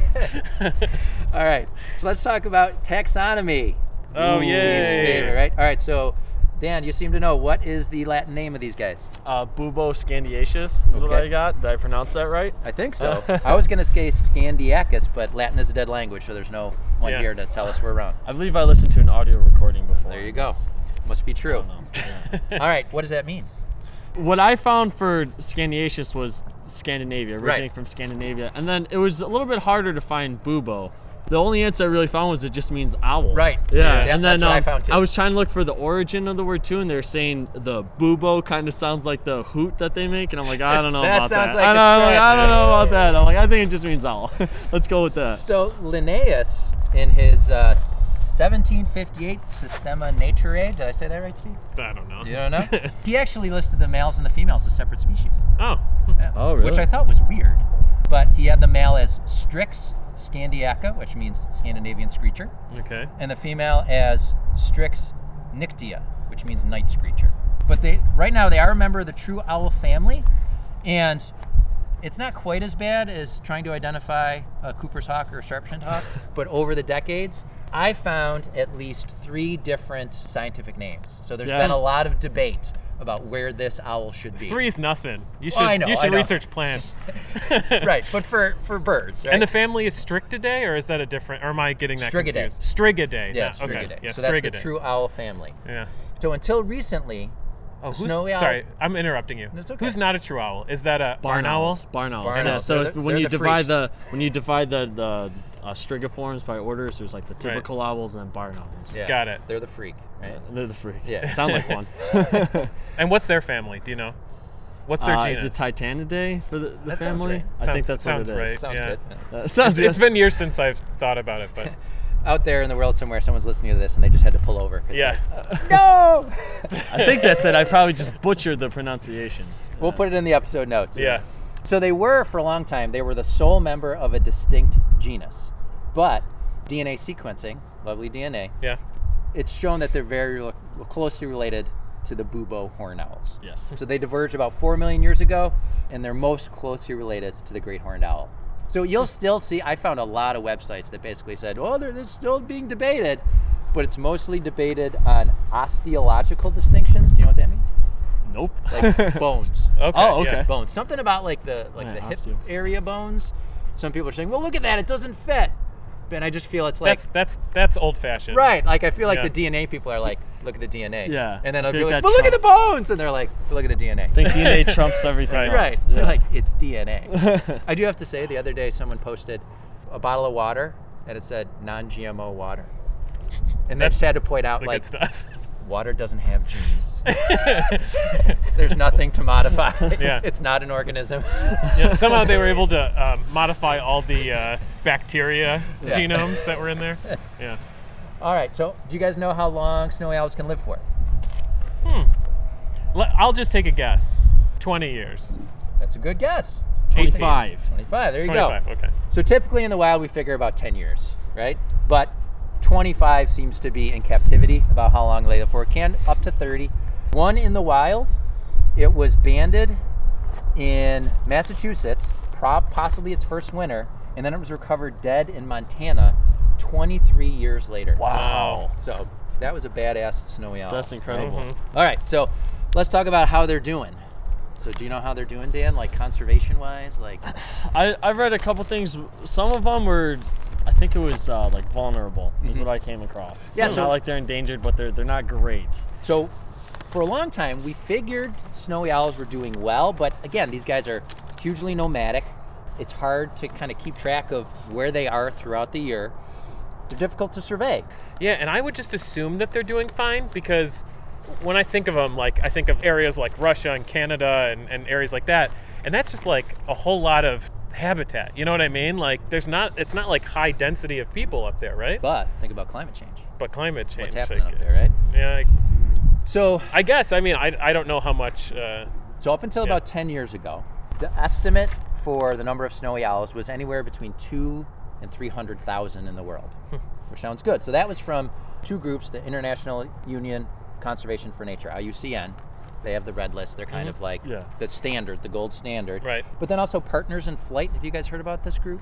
Speaker 1: All right. So let's talk about taxonomy.
Speaker 2: oh
Speaker 1: Steve's
Speaker 2: yeah
Speaker 1: favorite, right? All right. So, Dan, you seem to know what is the Latin name of these guys?
Speaker 3: Uh, Bubo scandiaceus is what
Speaker 1: Okay.
Speaker 3: I got. Did I pronounce that right?
Speaker 1: I think so. I was going to say Scandiacus, but Latin is a dead language, so there's no one
Speaker 2: Yeah.
Speaker 1: here to tell us we're wrong.
Speaker 3: I believe I listened to an audio recording before.
Speaker 1: There you go. Must be true. All right. What does that mean?
Speaker 3: What I found for scandiaceus was Scandinavia, originating from Scandinavia, and then it was a little bit harder to find Bubo. The only answer I really found was it just means owl.
Speaker 1: Right.
Speaker 3: Yeah.
Speaker 1: Yeah,
Speaker 3: and
Speaker 1: that's
Speaker 3: then
Speaker 1: what I
Speaker 3: um,
Speaker 1: found, too.
Speaker 3: was trying to look for the origin of the word too, and they're saying the bubo kind of sounds like the hoot that they make, and I'm like, I don't know
Speaker 1: That
Speaker 3: about
Speaker 1: sounds
Speaker 3: that.
Speaker 1: like
Speaker 3: I
Speaker 1: a
Speaker 3: don't, I'm like, I
Speaker 1: stretch.
Speaker 3: don't know about that. I'm like, I think it just means owl. Let's go with that.
Speaker 1: So Linnaeus, in his uh, 1758 Systema Naturae, did I say that right, Steve?
Speaker 2: i don't know
Speaker 1: You don't know? he actually listed the males and the females as separate species.
Speaker 2: oh
Speaker 1: Yeah.
Speaker 3: Oh,
Speaker 1: Which
Speaker 3: really?
Speaker 1: I thought was weird. But he had the male as Strix scandiaca, which means Scandinavian screecher,
Speaker 2: okay
Speaker 1: and the female as Strix nictia, which means night screecher. But they right now they are a member of the true owl family, and it's not quite as bad as trying to identify a Cooper's hawk or a sharpshin hawk. but over the decades, I found at least three different scientific names. So there's
Speaker 3: Yeah.
Speaker 1: been a lot of debate about where this owl should be.
Speaker 2: three's nothing you should
Speaker 1: Well, I know,
Speaker 2: you
Speaker 1: I
Speaker 2: should
Speaker 1: know.
Speaker 2: research plants
Speaker 1: right, but for for birds, right?
Speaker 2: and the family is strictidae or is that a different or am i getting that
Speaker 1: Strigidae.
Speaker 2: confused strigidae
Speaker 1: yeah,
Speaker 2: no, okay.
Speaker 1: Strigidae.
Speaker 2: yeah
Speaker 1: so that's the
Speaker 2: Strigidae.
Speaker 1: true owl family.
Speaker 2: yeah
Speaker 1: So until recently,
Speaker 2: Oh,
Speaker 1: The
Speaker 2: who's,
Speaker 1: snowy owl-
Speaker 2: sorry, I'm interrupting you.
Speaker 1: It's okay.
Speaker 2: Who's not a true owl? Is that a barn, owl?
Speaker 3: owls. Barn owls.
Speaker 1: Barn
Speaker 3: yeah.
Speaker 1: owls.
Speaker 3: So
Speaker 1: They're
Speaker 3: if,
Speaker 1: the-
Speaker 3: when
Speaker 1: they're
Speaker 3: you
Speaker 1: the
Speaker 3: divide
Speaker 1: freaks.
Speaker 3: the when you divide the the uh, strigiforms by orders, there's like the typical owls and then barn owls.
Speaker 1: yeah,
Speaker 2: Got it.
Speaker 1: They're the freak, right?
Speaker 3: And They're the freak.
Speaker 1: Yeah.
Speaker 3: Sound like one.
Speaker 2: And what's their family? Do you know? What's their
Speaker 3: Uh,
Speaker 2: genus?
Speaker 3: is it Titanidae for the, the
Speaker 1: That sounds
Speaker 3: family?
Speaker 1: right.
Speaker 3: I
Speaker 2: Sounds-
Speaker 3: think that's
Speaker 2: sounds
Speaker 3: what it
Speaker 2: right.
Speaker 3: is.
Speaker 1: Sounds
Speaker 2: Yeah.
Speaker 1: good.
Speaker 3: Uh, sounds
Speaker 2: it's
Speaker 3: good.
Speaker 2: been years since I've thought about it, but
Speaker 1: Out there in the world somewhere, someone's listening to this and they just had to pull over. 'cause
Speaker 2: yeah.
Speaker 1: they're- No.
Speaker 3: I think that's it. I probably just butchered the pronunciation.
Speaker 1: we'll put it in the episode notes.
Speaker 2: Yeah.
Speaker 1: So they were for a long time. They were the sole member of a distinct genus, but DNA sequencing, lovely DNA,
Speaker 2: Yeah.
Speaker 1: it's shown that they're very rel- closely related to the bubo horn owls.
Speaker 3: Yes.
Speaker 1: So they diverged about 4 million years ago, and they're most closely related to the great horned owl. So you'll still see, I found a lot of websites that basically said, oh, they're, they're still being debated, but it's mostly debated on osteological distinctions. Do you know what that means?
Speaker 3: Nope.
Speaker 1: Like bones.
Speaker 2: Okay.
Speaker 3: Oh,
Speaker 2: yeah.
Speaker 3: okay.
Speaker 1: Bones. Something about like the like
Speaker 3: Right,
Speaker 1: the hip
Speaker 3: osteo.
Speaker 1: area bones. Some people are saying, well, look at that, it doesn't fit. And I just feel it's like,
Speaker 2: That's that's that's old fashioned.
Speaker 1: right. Like I feel like
Speaker 2: Yeah.
Speaker 1: the DNA people are like, look at the DNA.
Speaker 3: Yeah.
Speaker 1: And then I'll
Speaker 3: I
Speaker 1: be
Speaker 3: feel
Speaker 1: like,
Speaker 3: like
Speaker 1: but
Speaker 3: that
Speaker 1: look at the bones. And they're like, look at the DNA.
Speaker 3: I think DNA trumps everything
Speaker 2: Right.
Speaker 3: else.
Speaker 1: Right.
Speaker 3: Yeah.
Speaker 1: They're like, it's DNA. I do have to say, the other day someone posted a bottle of water and it said non GMO water. And they
Speaker 2: That's-
Speaker 1: just had to point out,
Speaker 2: The
Speaker 1: like,
Speaker 2: good stuff.
Speaker 1: water doesn't have genes. There's nothing to modify.
Speaker 2: Yeah.
Speaker 1: It's not an organism.
Speaker 2: Yeah, somehow they were able to um, modify all the uh, bacteria
Speaker 1: Yeah.
Speaker 2: genomes that were in there. Yeah.
Speaker 1: All right. So, do you guys know how long snowy owls can live for?
Speaker 2: L- I'll just take a guess. 20 years.
Speaker 1: That's a good guess.
Speaker 3: 25.
Speaker 1: 25. There you
Speaker 2: 25.
Speaker 1: go.
Speaker 2: Okay.
Speaker 1: So, typically in the wild, we figure about 10 years, right? But 25 seems to be in captivity about how long they live for. It can up to 30. One in the wild, it was banded in Massachusetts, prob- possibly its first winter, and then it was recovered dead in Montana 23 years later.
Speaker 2: Wow.
Speaker 1: So, that was a badass snowy owl.
Speaker 3: That's incredible.
Speaker 2: Mm-hmm.
Speaker 1: All right, so let's talk about how they're doing. So, do you know how they're doing, Dan? Like conservation wise? Like,
Speaker 3: I, I've read a couple things. Some of them were, I think it was uh, like vulnerable, is what I came across.
Speaker 1: Mm-hmm. Yeah,
Speaker 3: So
Speaker 1: so-
Speaker 3: not like they're endangered, but they're, they're not great.
Speaker 1: so for a long time, we figured snowy owls were doing well, but again, these guys are hugely nomadic. It's hard to kind of keep track of where they are throughout the year. They're difficult to survey.
Speaker 2: Yeah, and I would just assume that they're doing fine because when I think of them, like I think of areas like Russia and Canada and, and areas like that, and that's just like a whole lot of habitat. You know what I mean? Like there's not it's not like high density of people up there, right? But,
Speaker 1: But think about climate change.
Speaker 2: climate change.
Speaker 1: What's
Speaker 2: I
Speaker 1: happening up
Speaker 2: gue-
Speaker 1: there, right?
Speaker 2: Yeah,
Speaker 1: So,
Speaker 2: I, I guess. I mean, I, I don't know how much. Uh,
Speaker 1: so up until
Speaker 2: Yeah.
Speaker 1: about 10 years ago, the estimate for the number of snowy owls was anywhere between 2 and 300,000 in the world,
Speaker 2: Hmm.
Speaker 1: which sounds good. So that was from two groups, the International Union Conservation for Nature, IUCN. They have the red list. They're kind of like
Speaker 3: Yeah.
Speaker 1: the standard, the gold standard.
Speaker 2: Hmm. Right.
Speaker 1: But then also Partners in Flight. Have you guys heard about this group?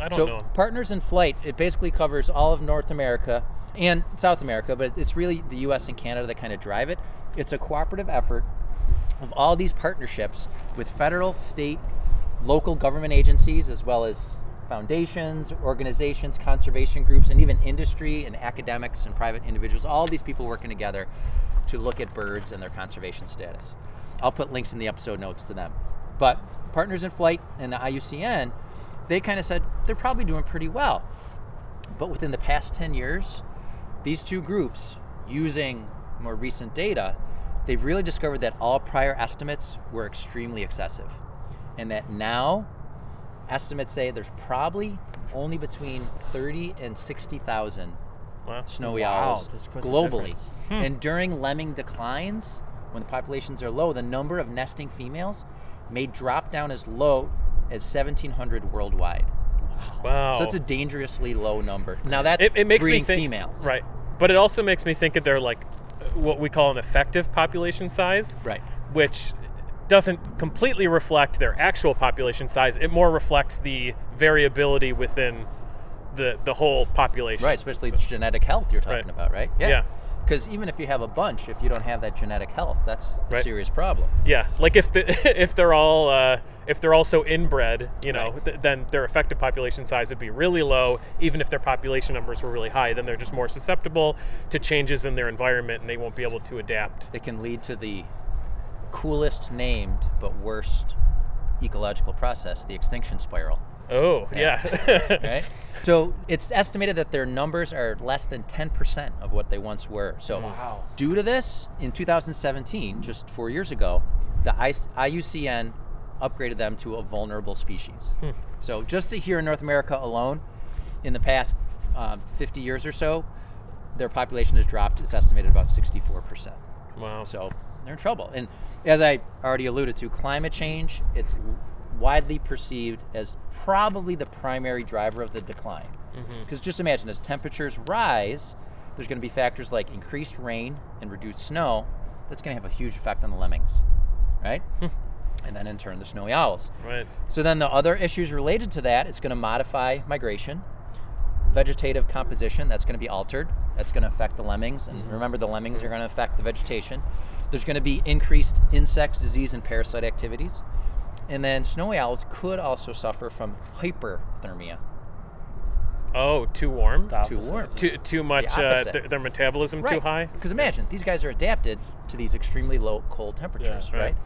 Speaker 2: I don't
Speaker 1: so
Speaker 2: know.
Speaker 1: partners in flight it basically covers all of north america and south america but it's really the us and canada that kind of drive it it's a cooperative effort of all these partnerships with federal state local government agencies as well as foundations organizations conservation groups and even industry and academics and private individuals all these people working together to look at birds and their conservation status i'll put links in the episode notes to them but partners in flight and the iucn they kind of said they're probably doing pretty well. But within the past 10 years, these two groups, using more recent data, they've really discovered that all prior estimates were extremely excessive. And that now, estimates say there's probably only between 30 and 60,000
Speaker 2: Wow.
Speaker 1: snowy
Speaker 3: Wow,
Speaker 1: owls
Speaker 3: that's quite the
Speaker 1: globally.
Speaker 3: difference.
Speaker 2: Hmm.
Speaker 1: And during lemming declines, when the populations are low, the number of nesting females may drop down as low as 1,700 worldwide.
Speaker 2: Wow.
Speaker 1: So it's a dangerously low number. Now that's
Speaker 2: Oh. it, it makes
Speaker 1: breeding
Speaker 2: me think
Speaker 1: females.
Speaker 2: right? But it also makes me think that they're like what we call an effective population size,
Speaker 1: Right.
Speaker 2: which doesn't completely reflect their actual population size. It more reflects the variability within the the whole population.
Speaker 1: Right, especially
Speaker 2: So-
Speaker 1: genetic health you're talking
Speaker 2: Right.
Speaker 1: about, right?
Speaker 2: Yeah.
Speaker 1: Because even if you have a bunch, if you don't have that genetic health, that's a
Speaker 2: Right.
Speaker 1: serious problem.
Speaker 2: yeah, like if the, if they're all uh, if they're also inbred, you know, th- then their effective population size would be really low. Even if their population numbers were really high, then they're just more susceptible to changes in their environment, and they won't be able to adapt.
Speaker 1: It can lead to the coolest named but worst ecological process, the extinction spiral.
Speaker 2: Oh, yeah.
Speaker 1: Right? so it's estimated that their numbers are less than 10% of what they once were. So
Speaker 3: Wow.
Speaker 1: due to this, in 2017, just four years ago, the I- IUCN upgraded them to a vulnerable species. So just here in North America alone, in the past um, 50 years or so, their population has dropped. It's estimated about 64%.
Speaker 2: Wow.
Speaker 1: So they're in trouble. And as I already alluded to, climate change, it's l- widely perceived as probably the primary driver of the decline. Because just imagine, as temperatures rise, there's going to be factors like increased rain and reduced snow. That's going to have a huge effect on the lemmings, right? and then in turn, the snowy owls.
Speaker 2: Right.
Speaker 1: So then the other issues related to that, it's going to modify migration, vegetative composition, that's going to be altered. That's going to affect the lemmings. And
Speaker 2: Mm-hmm.
Speaker 1: remember, the lemmings are going to affect the vegetation. There's going to be increased insect disease and parasite activities. And then snowy owls could also suffer from hyperthermia,
Speaker 2: Oh, too warm.
Speaker 1: too warm.
Speaker 2: Too too much.
Speaker 1: The
Speaker 2: uh,
Speaker 1: opposite.
Speaker 2: th- their metabolism too high.
Speaker 1: Because imagine these guys are adapted to these extremely low cold temperatures,
Speaker 2: Yeah,
Speaker 1: right?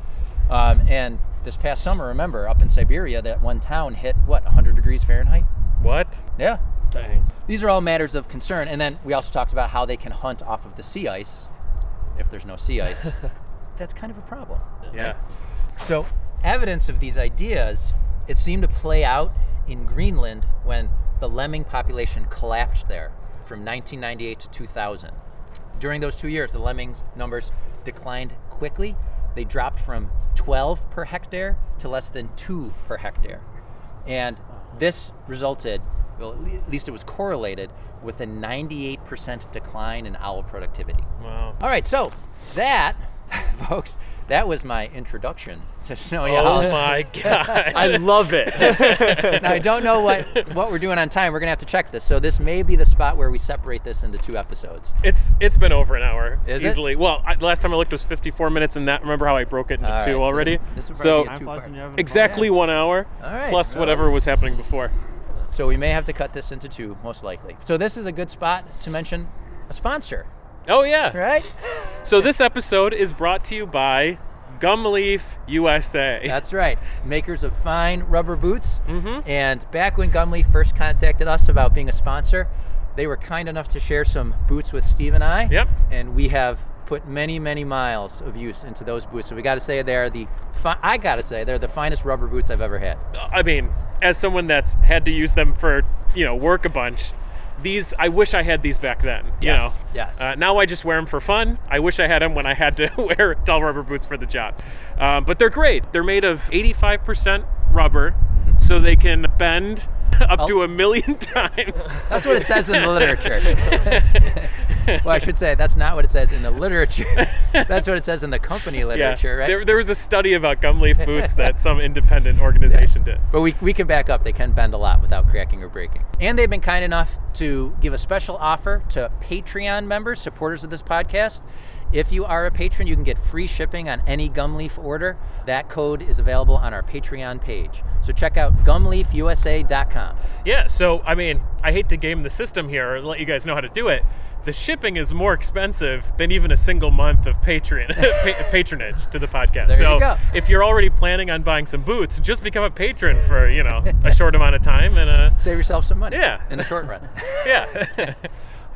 Speaker 2: right.
Speaker 1: Um, and this past summer, remember, up in Siberia, that one town hit what 100 degrees Fahrenheit.
Speaker 2: What?
Speaker 1: Yeah,
Speaker 3: Dang.
Speaker 1: these are all matters of concern. And then we also talked about how they can hunt off of the sea ice if there's no sea ice. That's kind of a problem.
Speaker 2: Yeah.
Speaker 1: So, evidence of these ideas, it seemed to play out in Greenland when the lemming population collapsed there from 1998 to 2000. During those two years, the lemmings numbers declined quickly. They dropped from 12 per hectare to less than 2 per hectare. And this resulted, well, at least it was correlated, with a 98% decline in owl productivity.
Speaker 2: Wow.
Speaker 1: All right, so that, folks, that was my introduction to Snowy
Speaker 2: Oh
Speaker 1: Owls.
Speaker 2: my god.
Speaker 3: I love it.
Speaker 1: Now, I don't know what, what we're doing on time. We're going to have to check this. So, this may be the spot where we separate this into two episodes.
Speaker 2: It's it's been over an hour
Speaker 1: Is it?
Speaker 2: easily. Well, I, the last time I looked was 54 minutes, and that remember how I broke it into
Speaker 1: All right,
Speaker 2: two
Speaker 1: so
Speaker 2: already.
Speaker 1: this- this would
Speaker 2: so
Speaker 1: probably be a
Speaker 3: Time flies when you're having fun.
Speaker 2: exactly one hour
Speaker 1: All right. Oh.
Speaker 2: plus
Speaker 1: Well.
Speaker 2: whatever was happening before.
Speaker 1: So, we may have to cut this into two, most likely. So, this is a good spot to mention a sponsor.
Speaker 2: Oh yeah.
Speaker 1: right?
Speaker 2: So this episode is brought to you by Gumleaf USA.
Speaker 1: That's right. Makers of fine rubber boots.
Speaker 2: Mhm.
Speaker 1: And back when Gumleaf first contacted us about being a sponsor, they were kind enough to share some boots with Steve and I.
Speaker 2: Yep.
Speaker 1: And we have put many, many miles of use into those boots. So we got to say they're the fi- I got to say they're the finest rubber boots I've ever had.
Speaker 2: I mean, as someone that's had to use them for you know work a bunch, these I wish I had these back then. You
Speaker 1: Yes,
Speaker 2: know,
Speaker 1: yes.
Speaker 2: Uh, now I just wear them for fun. I wish I had them when I had to wear dull rubber boots for the job. Um, but they're great. They're made of 85% rubber,
Speaker 1: Mm-hmm.
Speaker 2: so they can bend up
Speaker 1: Oh.
Speaker 2: to a million times.
Speaker 1: That's what it says in the literature. well, I should say that's not what it says in the literature. That's what it says in the company literature, right?
Speaker 2: There, there was a study about gum leaf boots that some independent organization did.
Speaker 1: But we, we can back up. They can bend a lot without cracking or breaking. And they've been kind enough to give a special offer to Patreon members, supporters of this podcast. If you are a patron, you can get free shipping on any Gumleaf order. That code is available on our Patreon page. So check out gumleafusa.com.
Speaker 2: Yeah, so I mean, I hate to game the system here or let you guys know how to do it. The shipping is more expensive than even a single month of patron pa- patronage to the podcast.
Speaker 1: There you
Speaker 2: so
Speaker 1: go.
Speaker 2: if you're already planning on buying some boots, just become a patron for you know a short amount of time and uh,
Speaker 1: Save yourself some money
Speaker 2: Yeah.
Speaker 1: in the short run.
Speaker 2: yeah,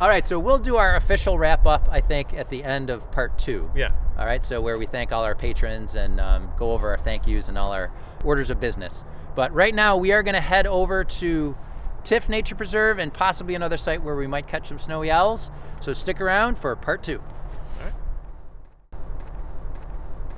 Speaker 1: All right, so we'll do our official wrap up, I think, at the end of part two.
Speaker 2: yeah.
Speaker 1: All right, so where we thank all our patrons and um, go over our thank yous and all our orders of business. But right now, we are going to head over to Tiff Nature Preserve and possibly another site where we might catch some snowy owls. So stick around for part two.